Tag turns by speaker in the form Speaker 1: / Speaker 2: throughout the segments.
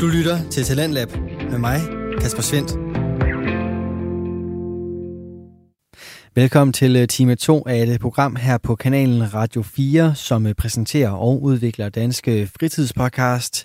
Speaker 1: Du lytter til Talentlab med mig, Kasper Svendt. Velkommen til øh, time 2 af et program her på kanalen Radio 4, som øh, præsenterer og udvikler danske fritidspodcast.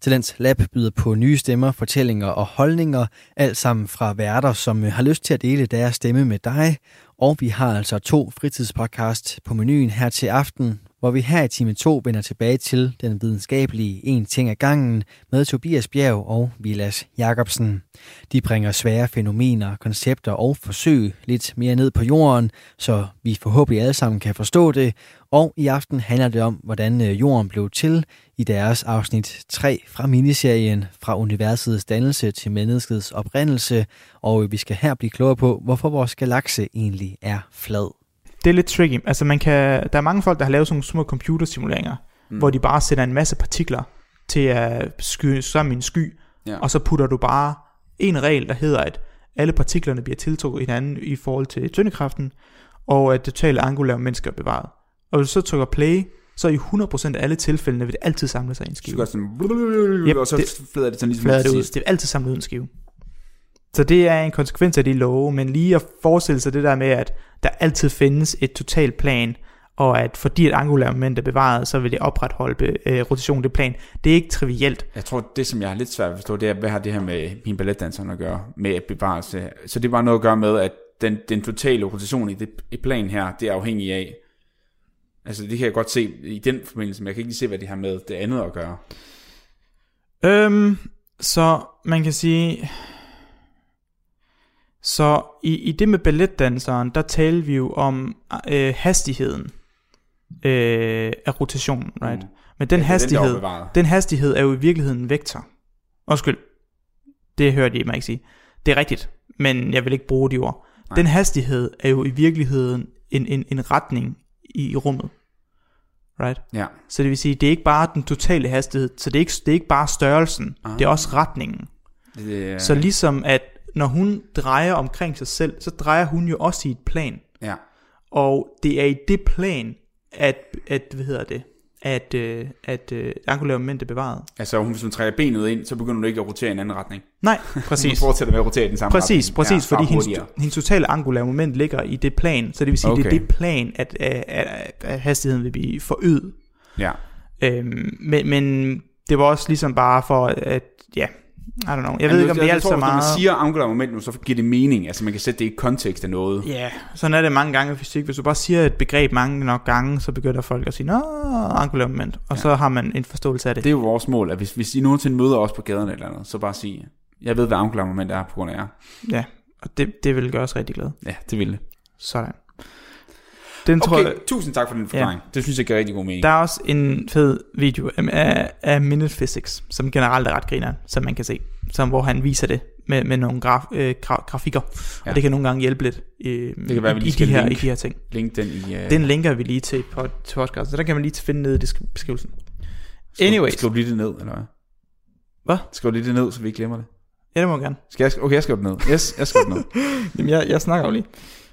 Speaker 1: Talents Lab byder på nye stemmer, fortællinger og holdninger, alt sammen fra værter, som øh, har lyst til at dele deres stemme med dig. Og vi har altså to fritidspodcast på menuen her til aften, hvor vi her i time 2 vender tilbage til den videnskabelige En ting ad gangen med Tobias Bjerg og Vilas Jacobsen. De bringer svære fænomener, koncepter og forsøg lidt mere ned på jorden, så vi forhåbentlig alle sammen kan forstå det. Og i aften handler det om, hvordan øh, jorden blev til i deres afsnit 3 fra miniserien Fra universets dannelse til menneskets oprindelse. Og øh, vi skal her blive klogere på, hvorfor vores galakse egentlig er flad.
Speaker 2: det er lidt tricky. Altså man kan, der er mange folk, der har lavet sådan nogle små computersimuleringer, mm. hvor de bare sætter en masse partikler til at skyde sammen i en sky,
Speaker 3: Ja.
Speaker 2: og så putter du bare en regel, der hedder, at alle partiklerne bliver tiltrukket hinanden i forhold til tyndekraften, og at det totale angulære mennesker er bevaret. Og hvis du så trykker play, så i 100% af alle tilfældene vil det altid samle sig i en
Speaker 3: Så
Speaker 2: skive.
Speaker 3: gør det sådan,
Speaker 2: Yep,
Speaker 3: og så
Speaker 2: det-
Speaker 3: flader det sådan ligesom
Speaker 2: flader det
Speaker 3: til
Speaker 2: ud.
Speaker 3: sidst.
Speaker 2: Det er altid samlet uden skive. Så det er en konsekvens af de love, men lige at forestille sig det der med, at der altid findes et totalt plan, og at fordi et angulært moment er bevaret, så vil det opretholde be, øh, rotationen det plan. Det er ikke trivielt.
Speaker 3: Jeg tror, det som jeg har lidt svært ved at forstå, det er, hvad har det her med min balletdanseren at gøre med bevarelse? Så det var noget at gøre med, at den, den totale rotation i, det, i planen her, det er afhængig af, altså det kan jeg godt se i den forbindelse, men jeg kan ikke lige se, hvad det har med det andet at gøre.
Speaker 2: Øhm, så man kan sige... Så i, i det med balletdanseren, der talte vi jo om øh, hastigheden øh, af rotationen, right? Mm.
Speaker 3: Mm.
Speaker 2: Men den
Speaker 3: Ja, det er
Speaker 2: hastighed,
Speaker 3: Den, der er opbevaret.
Speaker 2: Den hastighed er jo i virkeligheden en vektor. Undskyld. Det hørte I mig ikke sige. Det er rigtigt, men jeg vil ikke bruge de ord.
Speaker 3: Nej.
Speaker 2: Nej. Den hastighed er jo i virkeligheden en, en, en retning i, i rummet. Right?
Speaker 3: Ja.
Speaker 2: Så det vil sige, det er ikke bare den totale hastighed, så det er ikke, det er ikke bare størrelsen,
Speaker 3: Ah.
Speaker 2: det er også retningen.
Speaker 3: Det, øh, er-
Speaker 2: Så ligesom at når hun drejer omkring sig selv, så drejer hun jo også i et plan.
Speaker 3: ja.
Speaker 2: Og det er i det plan, at, at hvad hedder det, at, øh, at øh, angulære moment er bevaret.
Speaker 3: Altså hun, hvis hun trækker benet ind, så begynder du ikke at rotere i en anden retning.
Speaker 2: Nej,
Speaker 3: Hun
Speaker 2: præcis.
Speaker 3: fortsætter med at rotere i den samme
Speaker 2: Præcis,
Speaker 3: retning.
Speaker 2: præcis, ja, fordi
Speaker 3: bare
Speaker 2: hendes,
Speaker 3: hurtigere.
Speaker 2: hendes totale angulære moment ligger i det plan, så det vil sige, okay. det
Speaker 3: Okay.
Speaker 2: er det plan, at, at, at, at hastigheden vil blive forøget.
Speaker 3: Ja.
Speaker 2: Øhm, men, men det var også ligesom bare for, at ja, I don't know, jeg ved ikke, om det er alt
Speaker 3: tror,
Speaker 2: så
Speaker 3: Når
Speaker 2: meget...
Speaker 3: man siger angular momentum, så giver det mening. Altså man kan sætte det i kontekst af noget.
Speaker 2: Ja, sådan er det mange gange i fysik. Hvis du bare siger et begreb mange nok gange, så begynder folk at sige, nå, angulære moment, og
Speaker 3: Ja.
Speaker 2: ja. så har man en forståelse af det.
Speaker 3: Det er jo vores mål, at hvis, hvis I nogensinde møder os på gaderne eller andet, så bare sig, jeg ved, hvad angular moment er på grund af jer.
Speaker 2: Ja, og det, det vil gøre os rigtig glade.
Speaker 3: Ja, det ville det.
Speaker 2: Sådan. Den tror
Speaker 3: Okay,
Speaker 2: jeg,
Speaker 3: tusind tak for den forklaring. Ja. Det synes jeg giver rigtig god mening.
Speaker 2: Der er også en fed video øhm, af, af Minute Physics, som generelt er ret griner, som man kan se, som, hvor han viser det med, med nogle graf, øh, graf, grafikker, ja.
Speaker 3: Ja.
Speaker 2: og det kan nogle gange hjælpe lidt øh, det
Speaker 3: kan være, vi lige
Speaker 2: i, de
Speaker 3: skal
Speaker 2: her, i
Speaker 3: linke.
Speaker 2: de her ting.
Speaker 3: Link den i... Uh,
Speaker 2: Den linker vi lige til på til podcasten, så der kan man lige finde nede i desk- beskrivelsen.
Speaker 3: skriv-
Speaker 2: anyways.
Speaker 3: Skriv lige det ned, eller hvad?
Speaker 2: Hvad?
Speaker 3: Skriv lige det ned, så vi ikke glemmer det.
Speaker 2: Ja, det må jeg gerne.
Speaker 3: Skal jeg, sk- okay, jeg skriver det ned. Yes, jeg skriver det ned.
Speaker 2: Jamen, jeg, jeg snakker jo lige.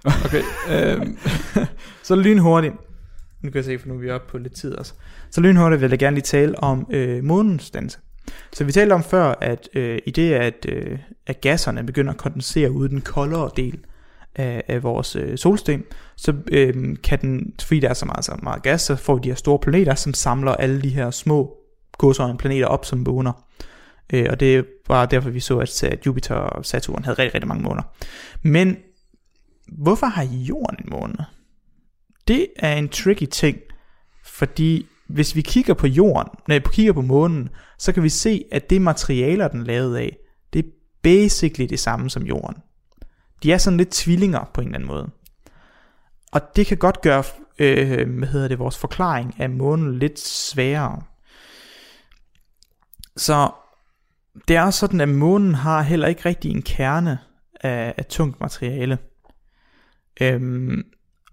Speaker 2: Okay. øhm, så lynhurtigt. Nu kan jeg se, for nu er vi oppe på lidt tid også. Så lynhurtigt vil jeg gerne lige tale om øh, månens danse. Så vi talte om før, at øh, i det, at, øh, at gasserne begynder at kondensere ude i den koldere del af, af vores øh, solsystem, så øh, kan den, fordi der er så meget, så meget gas, så får vi de her store planeter, som samler alle de her små godsøjne planeter op som måner. Øh, og det var derfor, vi så, at at Jupiter og Saturn havde rigtig, rigtig mange måner. Men hvorfor har jorden en måne? Det er en tricky ting, fordi hvis vi kigger på jorden, når vi kigger på månen, så kan vi se, at det materialer, den er lavet af, det er basically det samme som jorden. De er sådan lidt tvillinger på en eller anden måde. Og det kan godt gøre, øh, hvad hedder det, vores forklaring af månen lidt sværere. Så det er også sådan, at månen har heller ikke rigtig en kerne af, af tungt materiale. Øhm,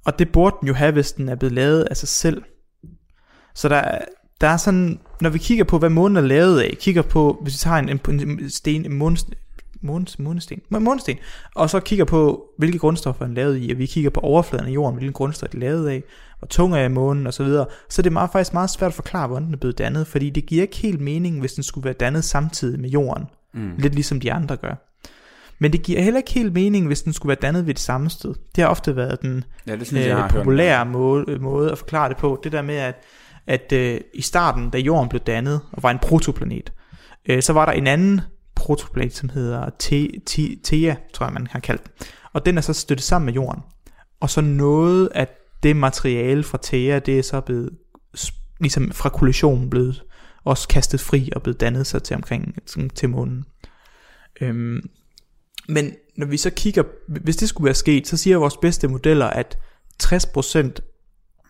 Speaker 2: og det burde den jo have, hvis den er blevet lavet af sig selv. Så der, er- der er sådan, når vi kigger på, hvad månen er lavet af, kigger på, hvis vi tager en, en, en sten, en månest, månes, månesten, Må- månesten, og så kigger på, hvilke grundstoffer den er lavet i, og vi kigger på overfladen af jorden, hvilken grundstof den er lavet af, hvor tung er månen osv., så, videre. så det er meget, faktisk meget svært at forklare, hvordan den er blevet dannet, fordi det giver ikke helt mening, hvis den skulle være dannet samtidig med jorden,
Speaker 3: Mm.
Speaker 2: lidt ligesom de andre gør. Men det giver heller ikke helt mening, hvis den skulle være dannet ved det samme sted. Det har ofte været den
Speaker 3: Ja, det synes jeg, jeg har
Speaker 2: øh,
Speaker 3: hørt.
Speaker 2: populære måde, måde at forklare det på, det der med, at, at øh, i starten, da jorden blev dannet og var en protoplanet, øh, så var der en anden protoplanet, som hedder Te- Te- Theia, tror jeg man har kaldt den. Og den er så støttet sammen med jorden. Og så noget af det materiale fra Theia, det er så blevet, sp- ligesom fra kollisionen blevet også kastet fri og blevet dannet sig til omkring sådan til månen. Øhm, men når vi så kigger, hvis det skulle være sket, så siger vores bedste modeller, at 60%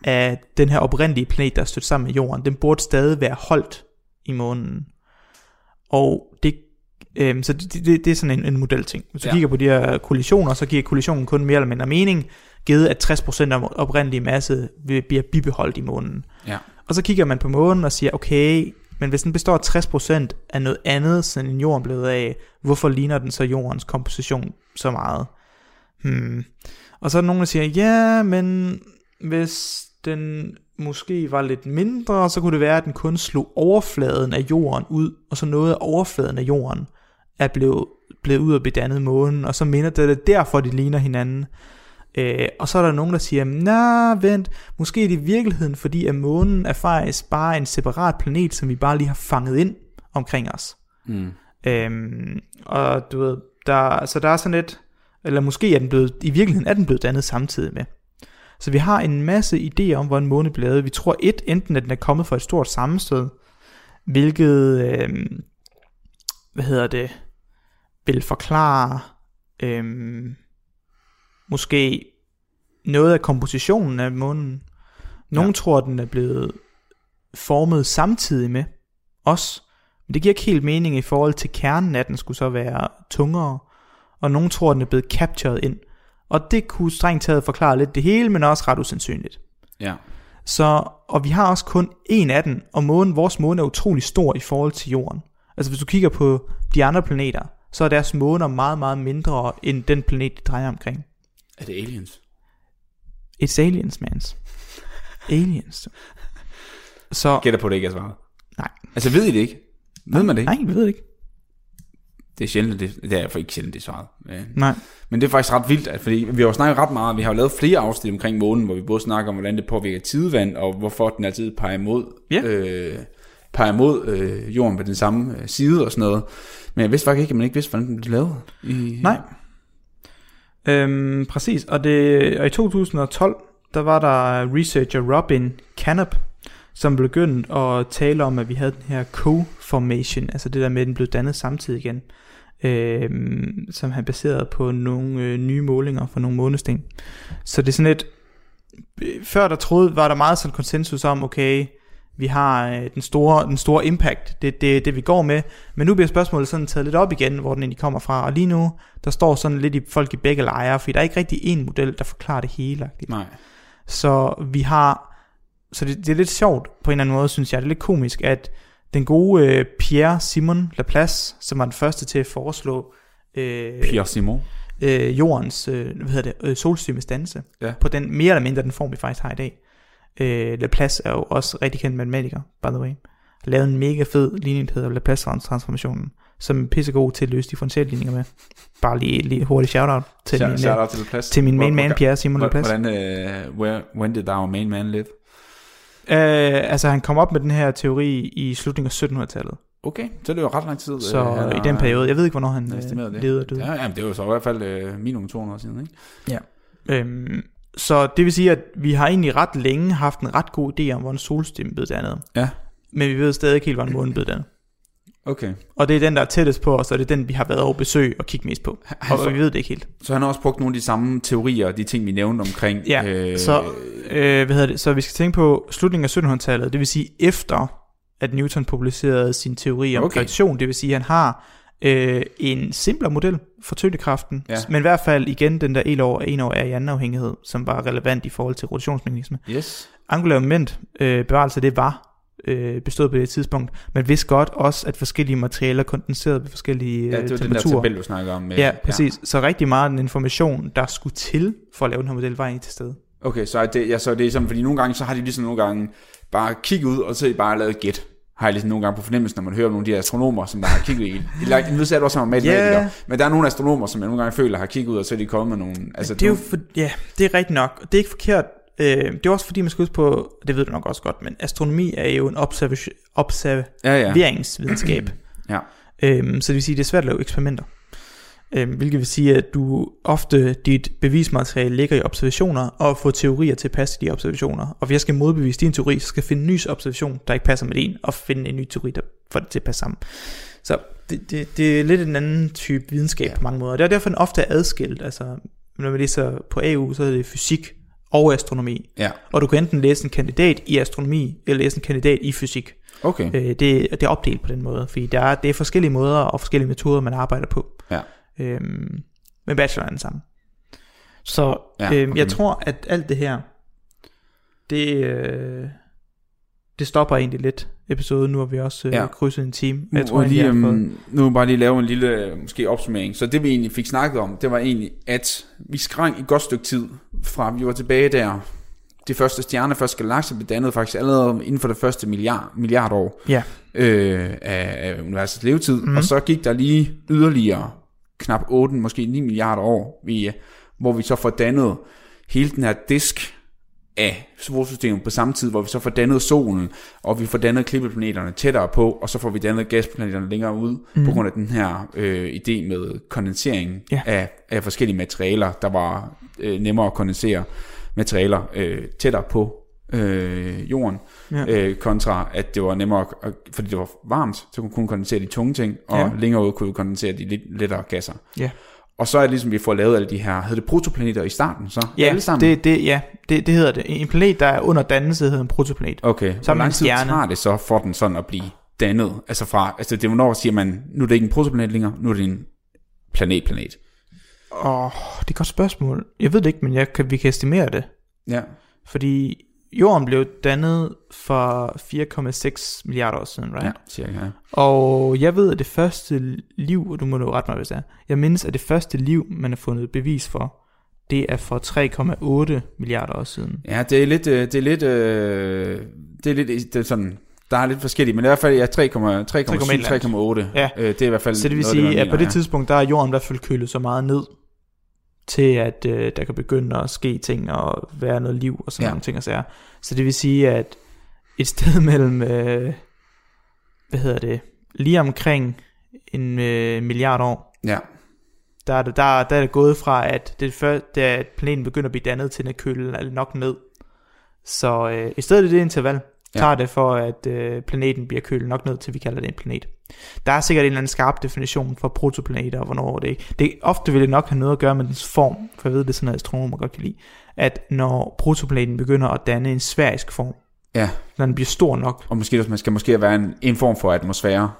Speaker 2: af den her oprindelige planet, der er stødt sammen med Jorden, den burde stadig være holdt i månen. Og det, øhm, så det, det, det er sådan en, en modelting. Hvis du
Speaker 3: Ja.
Speaker 2: ja. kigger på de her kollisioner, så giver kollisionen kun mere eller mindre mening, givet at 60% af den oprindelige masse vil, bliver bibeholdt i månen.
Speaker 3: Ja.
Speaker 2: Og så kigger man på månen og siger, okay, men hvis den består af 60% af noget andet, som en jorden blevet af, hvorfor ligner den så jordens komposition så meget? Hmm. Og så er der nogen, der siger, ja, men hvis den måske var lidt mindre, så kunne det være, at den kun slog overfladen af jorden ud, og så noget af overfladen af jorden er blevet, blevet ud og bedannet månen, og så minder det, det er derfor, de ligner hinanden. Øh, og så er der nogen, der siger, nej, vent, måske er det i virkeligheden, fordi at månen er faktisk bare en separat planet, som vi bare lige har fanget ind omkring os.
Speaker 3: Mm.
Speaker 2: Øhm, og du ved, der, så der er sådan lidt, eller måske er den blevet, i virkeligheden er den blevet dannet samtidig med. Så vi har en masse idéer om, hvor en måne bliver lavet. Vi tror et, enten at den er kommet fra et stort sammenstød, hvilket, øhm, hvad hedder det, vil forklare øhm, måske noget af kompositionen af månen. Nogle
Speaker 3: Ja.
Speaker 2: ja. tror, at den er blevet formet samtidig med os, men det giver ikke helt mening i forhold til kernen, at den skulle så være tungere, og nogen tror, at den er blevet captured ind. Og det kunne strengt taget forklare lidt det hele, men også ret usandsynligt.
Speaker 3: Ja.
Speaker 2: Så, og vi har også kun en af den, og månen, vores måne er utrolig stor i forhold til jorden. Altså hvis du kigger på de andre planeter, så er deres måner meget, meget mindre end den planet, de drejer omkring.
Speaker 3: Er det aliens?
Speaker 2: It's aliens, mans. Aliens. Så,
Speaker 3: Gætter på, det ikke er svaret.
Speaker 2: Nej.
Speaker 3: Altså, ved I det ikke? Ved man det ikke?
Speaker 2: nej, vi ved det ikke.
Speaker 3: Det er sjældent, det, det er for ikke sjældent, det er svaret. Men-
Speaker 2: Nej.
Speaker 3: Men det er faktisk ret vildt, at, fordi vi har jo snakket ret meget, vi har jo lavet flere afsnit omkring månen, hvor vi både snakker om, hvordan det påvirker tidevand, og hvorfor den altid peger mod,
Speaker 2: Ja.
Speaker 3: øh, peger mod øh, jorden på den samme øh, side og sådan noget. Men jeg vidste faktisk ikke, at man ikke vidste, hvordan den blev lavet. I,
Speaker 2: Nej. Øhm, præcis, og, det, og i 2012, der var der øh, researcher Robin Canop, som begyndte at tale om, at vi havde den her co-formation, altså det der med, at den blev dannet samtidig igen, øhm, som han baseret på nogle øh, nye målinger fra nogle månesten. Så det er sådan lidt, øh, før der troede, var der meget sådan konsensus om, okay, vi har øh, den, store, den store impact, det er det, det, vi går med, men nu bliver spørgsmålet sådan taget lidt op igen, hvor den egentlig kommer fra, og lige nu, der står sådan lidt i folk i begge lejre, fordi der er ikke rigtig en model, der forklarer det hele.
Speaker 3: Nej.
Speaker 2: Så vi har, så det, det er lidt sjovt på en eller anden måde, synes jeg, det er lidt komisk, at den gode øh, Pierre Simon Laplace, som var den første til at foreslå øh,
Speaker 3: Pierre Simon.
Speaker 2: øh, jordens øh, hvad hedder det, øh, solsystemets danse,
Speaker 3: Ja.
Speaker 2: på den mere eller mindre den form, vi faktisk har i dag. Øh, Laplace er jo også rigtig kendt matematiker, by the way. Har lavet en mega fed ligning, der hedder Laplace-transformationen, som er pissegod til at løse differentialligninger med. Bare lige, lige hurtigt shout-out til, min,
Speaker 3: Shout
Speaker 2: øh,
Speaker 3: out til Laplace.
Speaker 2: til min main
Speaker 3: Hvor-
Speaker 2: man, Pierre Simon
Speaker 3: hvor-
Speaker 2: Laplace.
Speaker 3: Hvordan, øh, where, when did our main man live?
Speaker 2: Øh, altså han kom op med den her teori i slutningen af 1700-tallet.
Speaker 3: Okay, så er det jo ret lang tid.
Speaker 2: Så
Speaker 3: øh, han
Speaker 2: i
Speaker 3: har-
Speaker 2: den periode, jeg ved ikke, hvornår han
Speaker 3: han estimerede
Speaker 2: øh,
Speaker 3: det.
Speaker 2: levede og døde.
Speaker 3: Ja, jamen, det er jo så i hvert fald øh, minimum 200 år siden, ikke?
Speaker 2: Øhm, så det vil sige, at vi har egentlig ret længe haft en ret god idé om, hvordan solsystemet blev dannet.
Speaker 3: Ja.
Speaker 2: Men vi ved stadig ikke helt, hvordan månen blev dannet.
Speaker 3: Okay.
Speaker 2: Og det er den, der er tættest på os, og det er den, vi har været over besøg og kigget mest på.
Speaker 3: Han,
Speaker 2: Og vi ved det ikke helt.
Speaker 3: Så han har også brugt nogle af de samme teorier og de ting, vi nævnte omkring.
Speaker 2: Ja,
Speaker 3: øh,
Speaker 2: så- Øh, hvad hedder det? Så vi skal tænke på slutningen af 1700-tallet, det vil sige efter, at Newton publicerede sin teori om
Speaker 3: Okay.
Speaker 2: okay. gravitation, det vil sige, at han har øh, en simplere model for tyngdekraften,
Speaker 3: Ja.
Speaker 2: ja. men i hvert fald igen den der en år, en år er i anden afhængighed, som var relevant i forhold til rotationsmekanisme.
Speaker 3: Yes.
Speaker 2: Angular moment, øh, bevarelse af det var øh, bestået på det tidspunkt. Man vidste godt også, at forskellige materialer kondenserede ved forskellige
Speaker 3: Ja, det var
Speaker 2: øh,
Speaker 3: den der
Speaker 2: temperaturer.
Speaker 3: tabel, du snakker om. Med,
Speaker 2: ja, præcis. Ja. Så rigtig meget af den information, der skulle til for at lave den her model, var egentlig til stede.
Speaker 3: Okay, så er det, ja, så er det sådan, fordi nogle gange, så har de ligesom nogle gange bare kigget ud, og så har de bare lavet et gæt. Har jeg ligesom nogle gange på fornemmelsen, når man hører om nogle af de her astronomer, som der har kigget i. I lagt- Nu sagde du også, at man er matematiker,
Speaker 2: Ja.
Speaker 3: men der er nogle astronomer, som jeg nogle gange føler har kigget ud, og så er de kommet med nogle... Altså,
Speaker 2: Altså, det er jo
Speaker 3: nogle,
Speaker 2: for, ja, det er rigtigt nok. Og det er ikke forkert. Øh, det er også fordi, man skal huske på, det ved du nok også godt, men astronomi er jo en observa-
Speaker 3: ja, ja.
Speaker 2: observeringsvidenskab.
Speaker 3: Ja.
Speaker 2: Øhm, så det vil sige, at det er svært at lave eksperimenter. Øhm, hvilket vil sige, at du ofte, dit bevismateriale ligger i observationer, og at få teorier til at passe de observationer. Og hvis jeg skal modbevise din teori, så skal jeg finde en ny observation, der ikke passer med din, og finde en ny teori, der får det til at passe sammen. Så det, det, det er lidt en anden type videnskab
Speaker 3: Ja.
Speaker 2: ja. på mange måder. Det er derfor, den ofte er adskilt. Altså, når man læser på AU, så er det fysik og astronomi.
Speaker 3: Ja.
Speaker 2: Og du kan enten læse en kandidat i astronomi, eller læse en kandidat i fysik.
Speaker 3: Okay.
Speaker 2: Øh, det, det er opdelt på den måde, fordi der er, det er forskellige måder og forskellige metoder, man arbejder på.
Speaker 3: Ja.
Speaker 2: Øhm, men bacheloren er den samme. Så
Speaker 3: Ja,
Speaker 2: ja, øhm,
Speaker 3: okay.
Speaker 2: jeg tror, at alt det her, det, øh, det stopper egentlig lidt episoden. Nu har vi også øh,
Speaker 3: Ja.
Speaker 2: ja. krydset en time. og
Speaker 3: Nu,
Speaker 2: jeg tror,
Speaker 3: og
Speaker 2: egentlig,
Speaker 3: lige,
Speaker 2: jeg har fået,
Speaker 3: øhm, nu vil jeg bare lige lave en lille øh, måske opsummering. Så det vi egentlig fik snakket om, det var egentlig, at vi skrang et godt stykke tid fra, vi var tilbage der. De første stjerner, første galakser blev dannet faktisk allerede inden for det første milliard, milliard år
Speaker 2: ja,
Speaker 3: øh, af, af universets levetid. Mm.
Speaker 2: Mhm.
Speaker 3: Og så gik der lige yderligere knap 8, måske 9 milliarder år, vi, hvor vi så får dannet hele den her disk af solsystemet på samme tid, hvor vi så får dannet solen, og vi får dannet klippeplaneterne tættere på, og så får vi dannet gasplaneterne længere ud, mm. på grund af den her øh, idé med kondensering
Speaker 2: Ja.
Speaker 3: af, af forskellige materialer, der var øh, nemmere at kondensere materialer øh, tættere på øh, jorden,
Speaker 2: Ja.
Speaker 3: øh, kontra at det var nemmere, at, at, fordi det var varmt, så kunne kunne kondensere de tunge ting, og ja.
Speaker 2: Ja.
Speaker 3: længere ud kunne kondensere de lidt lettere gasser.
Speaker 2: Ja.
Speaker 3: Og så er det ligesom, vi får lavet alle de her, hed det protoplaneter i starten så?
Speaker 2: ja,
Speaker 3: alle sammen?
Speaker 2: det, det, ja det, det hedder det. En planet, der er under dannelse, hedder en protoplanet.
Speaker 3: Okay, så
Speaker 2: Som
Speaker 3: hvor lang
Speaker 2: en
Speaker 3: tid
Speaker 2: stjerne.
Speaker 3: tager det så for den sådan at blive dannet? Altså fra, altså det er hvornår siger man, nu er det ikke en protoplanet længere, nu er det en planetplanet.
Speaker 2: Åh, det er et godt spørgsmål. Jeg ved det ikke, men jeg kan, vi kan estimere det.
Speaker 3: Ja.
Speaker 2: Fordi jorden blev dannet for 4,6 milliarder år siden, right?
Speaker 3: Ja,
Speaker 2: Ja.
Speaker 3: cirka. Ja.
Speaker 2: Og jeg ved, at det første liv, og du må nu rette mig, hvis det er, jeg mindes, at det første liv, man har fundet bevis for, det er for 3,8 milliarder år siden.
Speaker 3: Ja, det er lidt, øh, det er lidt, øh, det er lidt det er sådan, der er lidt forskellige, men i hvert fald ja, 3,7, 3,8.
Speaker 2: Ja.
Speaker 3: Øh, det er i hvert fald
Speaker 2: Så det vil
Speaker 3: noget af
Speaker 2: sige,
Speaker 3: man
Speaker 2: at på
Speaker 3: mener,
Speaker 2: det tidspunkt, der er jorden i hvert fald kølet så meget ned, til at øh, der kan begynde at ske ting og være noget liv og sådan
Speaker 3: Ja.
Speaker 2: ja. nogle ting og sager. Så det vil sige, at et sted mellem, øh, hvad hedder det, lige omkring en øh, milliard år,
Speaker 3: Ja.
Speaker 2: der er, det, der, der er det gået fra, at det før, da planeten begynder at blive dannet til at køle nok ned. Så øh, i stedet for det interval,
Speaker 3: Ja.
Speaker 2: ja. tager det for, at øh, planeten bliver kølet nok ned, til vi kalder det en planet. Der er sikkert en eller anden skarp definition for protoplaneter, og hvornår det ikke. Det, ofte vil det nok have noget at gøre med dens form, for jeg ved, det er sådan noget, astronomer godt kan lide, at når protoplaneten begynder at danne en sfærisk form,
Speaker 3: Ja.
Speaker 2: når den bliver stor nok.
Speaker 3: Og måske, også- man skal måske være en, en form for atmosfære.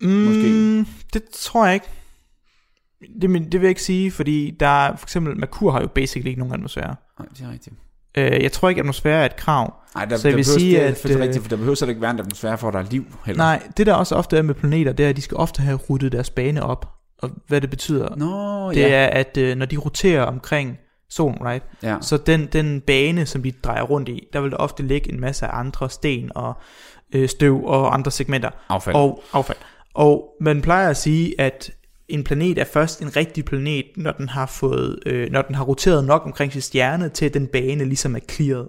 Speaker 2: Mm,
Speaker 3: Måske.
Speaker 2: Det tror jeg ikke. Det, men, det vil jeg ikke sige, fordi der er, for eksempel Merkur har jo basically ikke nogen atmosfære.
Speaker 3: Nej, det er rigtigt.
Speaker 2: Øh, jeg tror ikke, atmosfære er et krav.
Speaker 3: Ej, der,
Speaker 2: Så jeg
Speaker 3: der
Speaker 2: vil
Speaker 3: behøves-
Speaker 2: sige,
Speaker 3: det, er
Speaker 2: at,
Speaker 3: faktisk
Speaker 2: øh,
Speaker 3: rigtigt, for der behøver slet ikke være en atmosfære for, at der er liv heller.
Speaker 2: Nej, det der også ofte er med planeter, det er, at de skal ofte have ruttet deres bane op. Og hvad det betyder,
Speaker 3: Nå,
Speaker 2: det
Speaker 3: ja.
Speaker 2: er, at øh, når de roterer omkring solen, right?
Speaker 3: ja.
Speaker 2: Så den, den bane, som de drejer rundt i, der vil der ofte ligge en masse af andre sten og øh, støv og andre segmenter.
Speaker 3: Affald.
Speaker 2: Og affald. Og man plejer at sige, at en planet er først en rigtig planet, når den har fået, øh, når den har roteret nok omkring sin stjerne, til at den bane ligesom er clearet.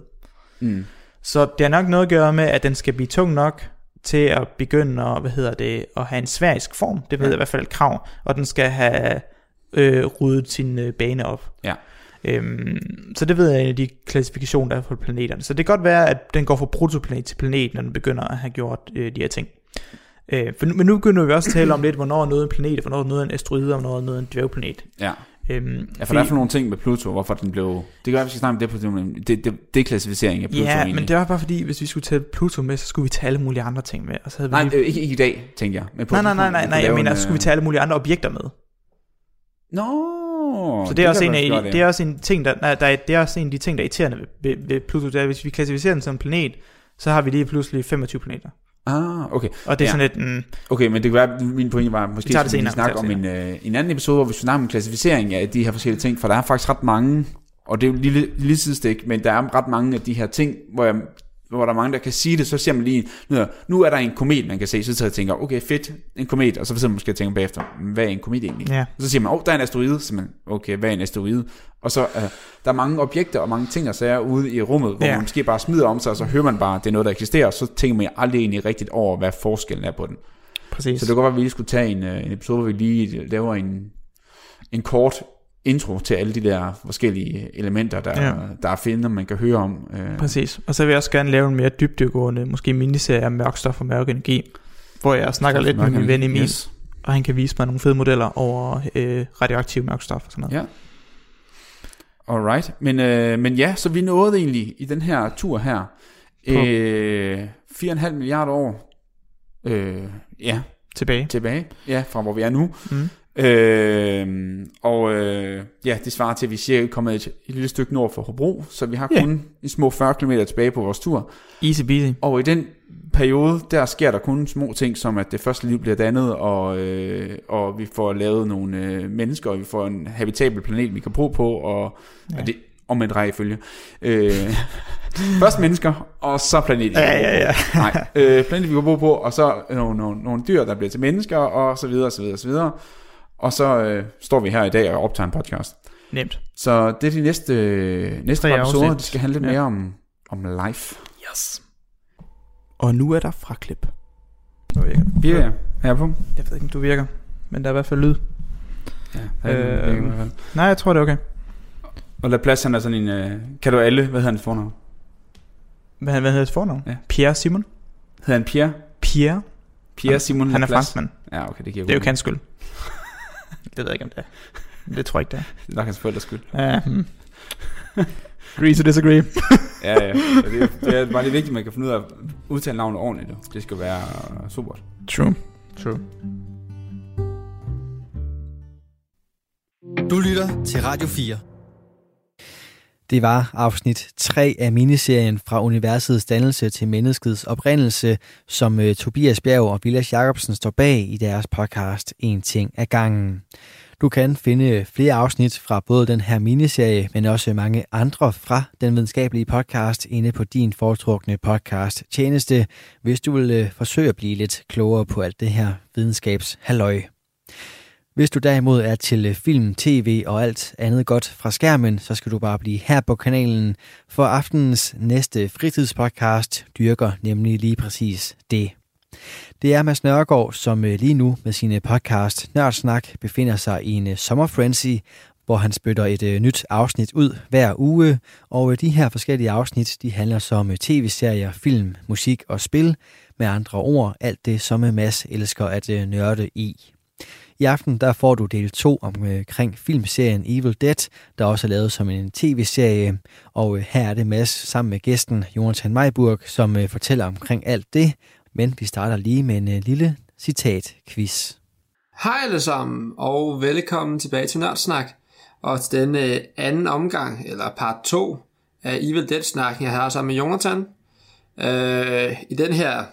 Speaker 3: Mm.
Speaker 2: Så det har nok noget at gøre med, at den skal blive tung nok til at begynde at, hvad hedder det, at have en sværisk form. Det ved
Speaker 3: Ja.
Speaker 2: jeg i hvert fald et krav. Og den skal have øh, ryddet sin øh, bane op.
Speaker 3: Ja.
Speaker 2: Øhm, så det ved jeg er en af de klassifikationer, der er for planeterne. Så det kan godt være, at den går fra protoplanet til planet, når den begynder at have gjort øh, de her ting. Øh, for nu, men nu begynder vi også at tale om lidt, hvornår er noget en planet, og hvornår er noget en asteroide, og hvornår er noget en dværgplanet.
Speaker 3: Ja.
Speaker 2: Øhm,
Speaker 3: Ja, for der er for nogle ting med Pluto, hvorfor den blev... Det kan være, vi skal snakke om det på det, det, det, det er klassificering af Pluto
Speaker 2: Ja,
Speaker 3: egentlig.
Speaker 2: men det var bare fordi, hvis vi skulle tage Pluto med, så skulle vi tage alle mulige andre ting med. Og så havde vi
Speaker 3: Nej,
Speaker 2: lige-
Speaker 3: øh, ikke, ikke i dag, tænker jeg. Men på
Speaker 2: Nej,
Speaker 3: et
Speaker 2: nej, nej, nej,
Speaker 3: tidspunkt, vi
Speaker 2: nej,
Speaker 3: kunne
Speaker 2: jeg
Speaker 3: lave
Speaker 2: mener,
Speaker 3: en,
Speaker 2: så skulle vi tage alle mulige andre objekter med.
Speaker 3: øh, Nå,
Speaker 2: Så det er, også en
Speaker 3: kan
Speaker 2: af,
Speaker 3: være godt,
Speaker 2: det er også en ting, der, nej, der er, det er også en af de ting, der er irriterende ved, ved, ved Pluto, det er, hvis vi klassificerer den som en planet, så har vi lige pludselig 25 planeter.
Speaker 3: Ah, okay.
Speaker 2: Og det er
Speaker 3: Ja.
Speaker 2: ja. sådan lidt, mm,
Speaker 3: Okay, men det kan være, at min pointe var, at måske
Speaker 2: Vi tager det
Speaker 3: skulle vi
Speaker 2: senere,
Speaker 3: snakke
Speaker 2: vi
Speaker 3: om
Speaker 2: tager
Speaker 3: en, øh, en anden episode, hvor vi snakker om en klassificering af de her forskellige ting, for der er faktisk ret mange, og det er jo et lille, lille sidestik, men der er ret mange af de her ting, hvor, jeg, hvor der er mange, der kan sige det, så ser man lige, nu er- nu er der en komet, man kan se, så sidder jeg og tænker, okay, fedt, en komet, og så sidder man måske og tænker bagefter, hvad er en komet egentlig?
Speaker 2: ja.
Speaker 3: Og så siger man, åh, oh, der er en asteroide, så siger man, okay, hvad er en asteroide? Og så, øh, der er mange objekter og mange ting og sager ude i rummet, hvor
Speaker 2: Ja.
Speaker 3: man måske bare smider om sig, og så hører man bare, at det er noget, der eksisterer, og så tænker man aldrig egentlig rigtigt over, hvad forskellen er på den.
Speaker 2: Præcis.
Speaker 3: Så det kan godt være, at vi lige skulle tage en, øh, en episode, hvor vi lige laver en, en kort intro til alle de der forskellige elementer, der, ja.
Speaker 2: Ja.
Speaker 3: der er finde, man kan høre om. Øh,
Speaker 2: Præcis. Og så vil jeg også gerne lave en mere dybdegående, måske miniserie om mørk stof og mørk energi, hvor jeg snakker lidt med min ven Emil, yes.
Speaker 3: Yes.
Speaker 2: og han kan vise mig nogle fede modeller over øh, radioaktiv mørk stof og sådan noget.
Speaker 3: Ja. Alright. Men, øh, men ja, så vi nåede egentlig i den her tur her
Speaker 2: På-
Speaker 3: øh, 4,5 milliarder år øh, ja,
Speaker 2: Tilbage.
Speaker 3: tilbage ja, fra, hvor vi er nu.
Speaker 2: Mm.
Speaker 3: Øh, og øh, ja, det svarer til, at vi cirka er kommet et, et lille stykke nord for Hobro, så vi har
Speaker 2: Ja.
Speaker 3: kun en små 40 km tilbage på vores tur.
Speaker 2: Easy peasy.
Speaker 3: Og i den periode, der sker der kun små ting, som at det første liv bliver dannet, og, øh, og vi får lavet nogle øh, mennesker, og vi får en habitabel planet, vi kan bo på, og, ja.
Speaker 2: Ja.
Speaker 3: og det om en rækkefølge. Øh, først mennesker, og så planet. vi kan
Speaker 2: Ja,
Speaker 3: bo
Speaker 2: ja,
Speaker 3: på.
Speaker 2: ja.
Speaker 3: Nej, øh, planet, vi kan bo på, og så nogle, nogle, nogle dyr, der bliver til mennesker, og så videre, og så videre, og så videre. Og så øh, står vi her i dag og optager en podcast.
Speaker 2: Nemt.
Speaker 3: Så det er de næste, øh, næste
Speaker 2: Tre
Speaker 3: par episoder,
Speaker 2: afsnit.
Speaker 3: det skal handle lidt
Speaker 2: Ja.
Speaker 3: mere om, om life.
Speaker 2: Yes. Og nu er der fraklip. Nu virker den.
Speaker 3: Birger, ja. er jeg på?
Speaker 2: Jeg ved ikke, om du virker, men der er i hvert fald lyd.
Speaker 3: Ja,
Speaker 2: Øh,
Speaker 3: øh, det, det, det,
Speaker 2: Nej, jeg tror, det er okay.
Speaker 3: Og La Plads, han er sådan en... Øh, kan du alle? Hvad hedder hans fornavn?
Speaker 2: Hvad, hvad hedder hans fornavn?
Speaker 3: Ja.
Speaker 2: Pierre Simon.
Speaker 3: Hedder han Pierre?
Speaker 2: Pierre.
Speaker 3: Pierre Simon
Speaker 2: Han er
Speaker 3: Laplace?
Speaker 2: franskmand.
Speaker 3: Ja, okay, det giver
Speaker 2: Det er jo
Speaker 3: god mening.
Speaker 2: hans skyld. det ved jeg ikke, om det er. Men Det tror jeg ikke, det er.
Speaker 3: Det er nok hans forældres skyld.
Speaker 2: Ja, hmm. Agree to disagree.
Speaker 3: Ja, ja. Og Det, er- det er bare lidt vigtigt, at man kan finde ud af at udtale navnet ordentligt. jo. Det skal være øh, super.
Speaker 2: True. True.
Speaker 1: Du lytter til Radio 4. Det var afsnit 3 af miniserien fra universets dannelse til menneskets oprindelse, som øh, Tobias Bjerg og Vilas Jacobsen står bag i deres podcast En ting ad gangen. Du kan finde flere afsnit fra både den her miniserie, men også mange andre fra den videnskabelige podcast inde på din foretrukne podcast tjeneste, hvis du vil øh, forsøge at blive lidt klogere på alt det her videnskabshalløj. Hvis du derimod er til øh, film, tv og alt andet godt fra skærmen, så skal du bare blive her på kanalen, for aftenens næste fritidspodcast dyrker nemlig lige præcis det. Det er Mads Nørgaard, som øh, lige nu med sine podcast Nørdsnak befinder sig i en øh, sommerfrenzy, hvor han spytter et øh, nyt afsnit ud hver uge, og øh, de her forskellige afsnit, de handler så om øh, tv-serier, film, musik og spil, med andre ord alt det, som øh, Mads elsker at øh, nørde i. I aften der får du del 2 omkring filmserien Evil Dead, der også er lavet som en tv-serie. Og øh, her er det Mads sammen med gæsten Jonathan Majburg, som øh, fortæller omkring alt det. Men vi starter lige med en øh, lille citat-quiz.
Speaker 4: Hej alle sammen, og velkommen tilbage til Nørdsnak, og til den øh, anden omgang, eller part 2 af Evil Dead-snakken, jeg har sammen med Jonathan. Øh, I den her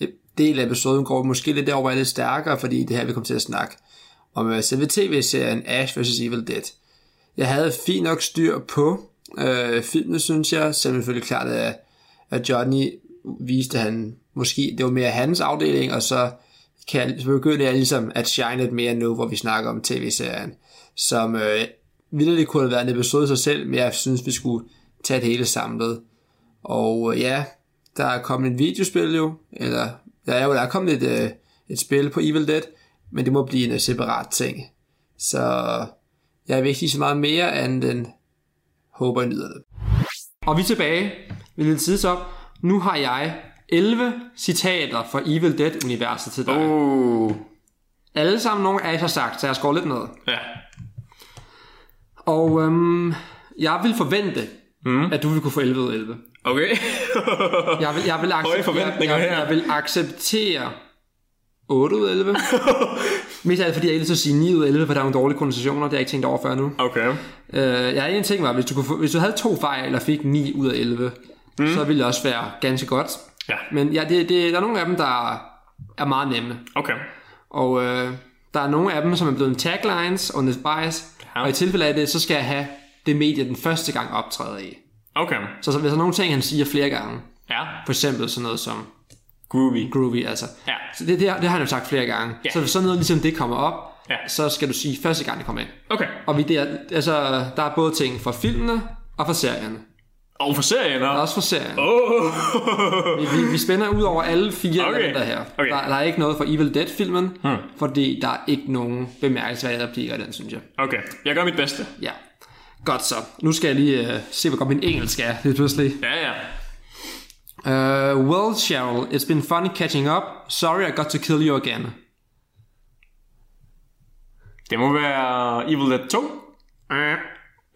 Speaker 4: øh, del af episoden går vi måske lidt derover, hvor jeg er lidt stærkere, fordi det her, vi kommer til at snakke om øh, selve tv-serien Ash vs. Evil Dead. Jeg havde fint nok styr på øh, filmen, synes jeg, selvom selvfølgelig klart, at, at Johnny viste at han, måske det var mere hans afdeling, og så kan, så begyndte jeg ligesom at shine lidt mere nu, hvor vi snakker om tv-serien, som øh, vildt kunne have været en episode i sig selv, men jeg synes, vi skulle tage det hele samlet. Og øh, ja, der er kommet et videospil jo, eller der er jo der er kommet et, øh, et spil på Evil Dead, men det må blive en øh, separat ting. Så jeg vil ikke sige så meget mere, end den håber, I nyder det. Og vi er tilbage ved lidt tidsop. Nu har jeg 11 citater fra Evil Dead-universet til dig.
Speaker 3: Oh.
Speaker 4: Alle sammen nogle af jer har sagt, så jeg skår lidt ned.
Speaker 5: Uh. Ja.
Speaker 4: Og øhm, jeg vil forvente, mm. at du vil kunne få 11 ud af 11.
Speaker 5: Okay.
Speaker 4: Jeg vil, jeg vil,
Speaker 5: Høje
Speaker 4: accep- jeg,
Speaker 5: forventninger
Speaker 4: jeg,
Speaker 5: her.
Speaker 4: jeg vil acceptere 8 ud af 11. Mest af alt, fordi jeg ellers ville sige 9 ud af 11, for der er nogle dårlige konversationer, det har jeg ikke tænkt over før nu.
Speaker 5: okay.
Speaker 4: Øh, jeg har en ting var, hvis du, kunne få, hvis du havde to fejl, eller fik 9 ud af 11, mm. så ville det også være ganske godt.
Speaker 5: Ja.
Speaker 4: Men ja, det, det, der er nogle af dem, der er meget nemme.
Speaker 5: Okay.
Speaker 4: Og øh, der er nogle af dem, som er blevet taglines og bias.
Speaker 5: Ja.
Speaker 4: Ja. Og i tilfælde af det, så skal jeg have det medie, den første gang optræder i.
Speaker 5: Okay.
Speaker 4: Så, så hvis der er nogle ting, han siger flere gange,
Speaker 5: Ja.
Speaker 4: for eksempel sådan noget som
Speaker 5: Groovy.
Speaker 4: groovy, altså.
Speaker 5: Ja.
Speaker 4: Så det, det, har- det har han jo sagt flere gange.
Speaker 5: Ja.
Speaker 4: Så hvis sådan noget ligesom det kommer op,
Speaker 5: Ja.
Speaker 4: så skal du sige første gang, det kommer ind.
Speaker 5: Okay.
Speaker 4: Og vi der, altså, der er både ting fra filmene og fra serierne.
Speaker 5: Og for serien
Speaker 4: Og
Speaker 5: og...
Speaker 4: også fra serien.
Speaker 5: Oh.
Speaker 4: Vi, vi spænder ud over alle fire
Speaker 5: Okay.
Speaker 4: okay. elementer her.
Speaker 5: Okay. Hm.
Speaker 4: Der, der er ikke noget fra Evil Dead-filmen, hmm. fordi der er ikke nogen bemærkelsesværdige replikker i den, synes jeg.
Speaker 5: Okay, jeg gør mit bedste.
Speaker 4: Ja. Godt så. Nu skal jeg lige uh, se, hvor godt min engelsk er, lige pludselig.
Speaker 5: Ja, ja.
Speaker 4: Uh, well, Cheryl, it's been fun catching up. Sorry I got to kill you again.
Speaker 5: Det må være Evil Dead 2. Uh,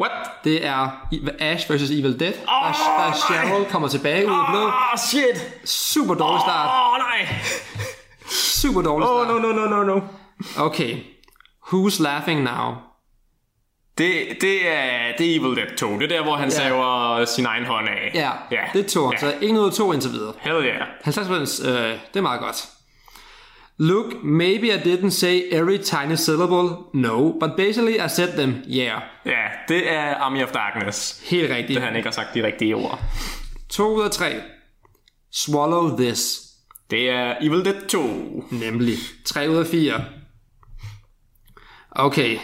Speaker 5: what?
Speaker 4: Det er I- Ash vs. Evil Dead. Oh, der, der
Speaker 5: nej.
Speaker 4: Cheryl kommer tilbage ud af blå.
Speaker 5: Ah, oh, shit!
Speaker 4: Super dårlig start.
Speaker 5: Åh, oh, nej!
Speaker 4: Super dårlig
Speaker 5: Åh, oh,
Speaker 4: start.
Speaker 5: no, no, no, no, no.
Speaker 4: Okay. Who's laughing now?
Speaker 5: Det, det, er, det er Evil Dead 2. Det er der, hvor han saver sin egen hånd af.
Speaker 4: Ja,
Speaker 5: ja.
Speaker 4: det er to.
Speaker 5: Ja.
Speaker 4: Så 1 ud af 2 indtil videre.
Speaker 5: Hell yeah.
Speaker 4: 50 procent, øh, det er meget godt. Look, maybe I didn't say every tiny syllable, no, but basically I said them, yeah.
Speaker 5: Ja, det er Army of Darkness.
Speaker 4: Helt rigtigt.
Speaker 5: Det han ikke har sagt de rigtige ord.
Speaker 4: 2 ud af 3. Swallow this,
Speaker 5: Det er Evil Dead 2.
Speaker 4: nemlig. 3 ud af 4. Okay.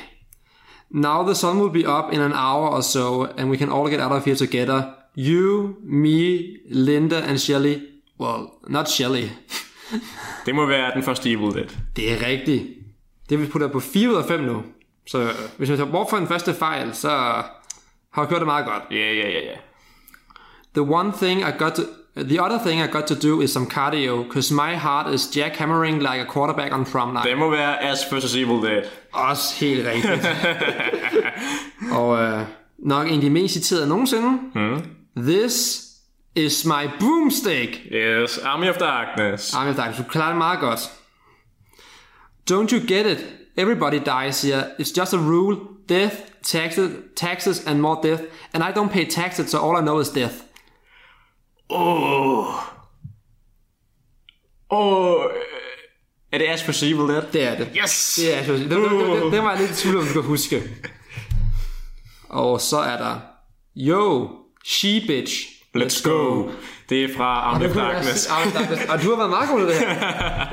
Speaker 4: Now the sun will be up in an hour or so, and we can all get out of here together. You, me, Linda and Shelly. Well, not Shelly.
Speaker 5: Det må være den første Evil Dead.
Speaker 4: Det er rigtigt. Det vi putter på 4 ud af 5 nu. Så øh, hvis man tager bort fra den første fejl, så har vi gjort det meget godt.
Speaker 5: Ja, ja, ja, ja.
Speaker 4: The one thing I got to, the other thing I got to do is some cardio, cause my heart is jackhammering like a quarterback on prom night.
Speaker 5: Det må være Ash vs. Evil Dead.
Speaker 4: Også helt rigtigt. Og øh, nok en af de mest citerede nogensinde. Mm. This is my boomstick.
Speaker 5: Yes, Army of Darkness.
Speaker 4: Army of Darkness, du klarer det meget godt. Don't you get it? Everybody dies here. It's just a rule. Death, taxes, taxes and more death. And I don't pay taxes, so all I know is death.
Speaker 5: Åh. Åh. øh, Er det Ash vs. Evil Dead?
Speaker 4: Det er det.
Speaker 5: Yes!
Speaker 4: Det er det. Det, det, det, det var jeg lidt i tvivl om, du kan huske. Og så er der... Yo, she bitch.
Speaker 5: Let's go. Det er fra Army of Darkness.
Speaker 4: Army of Darkness. Og du har været meget god i det her. Det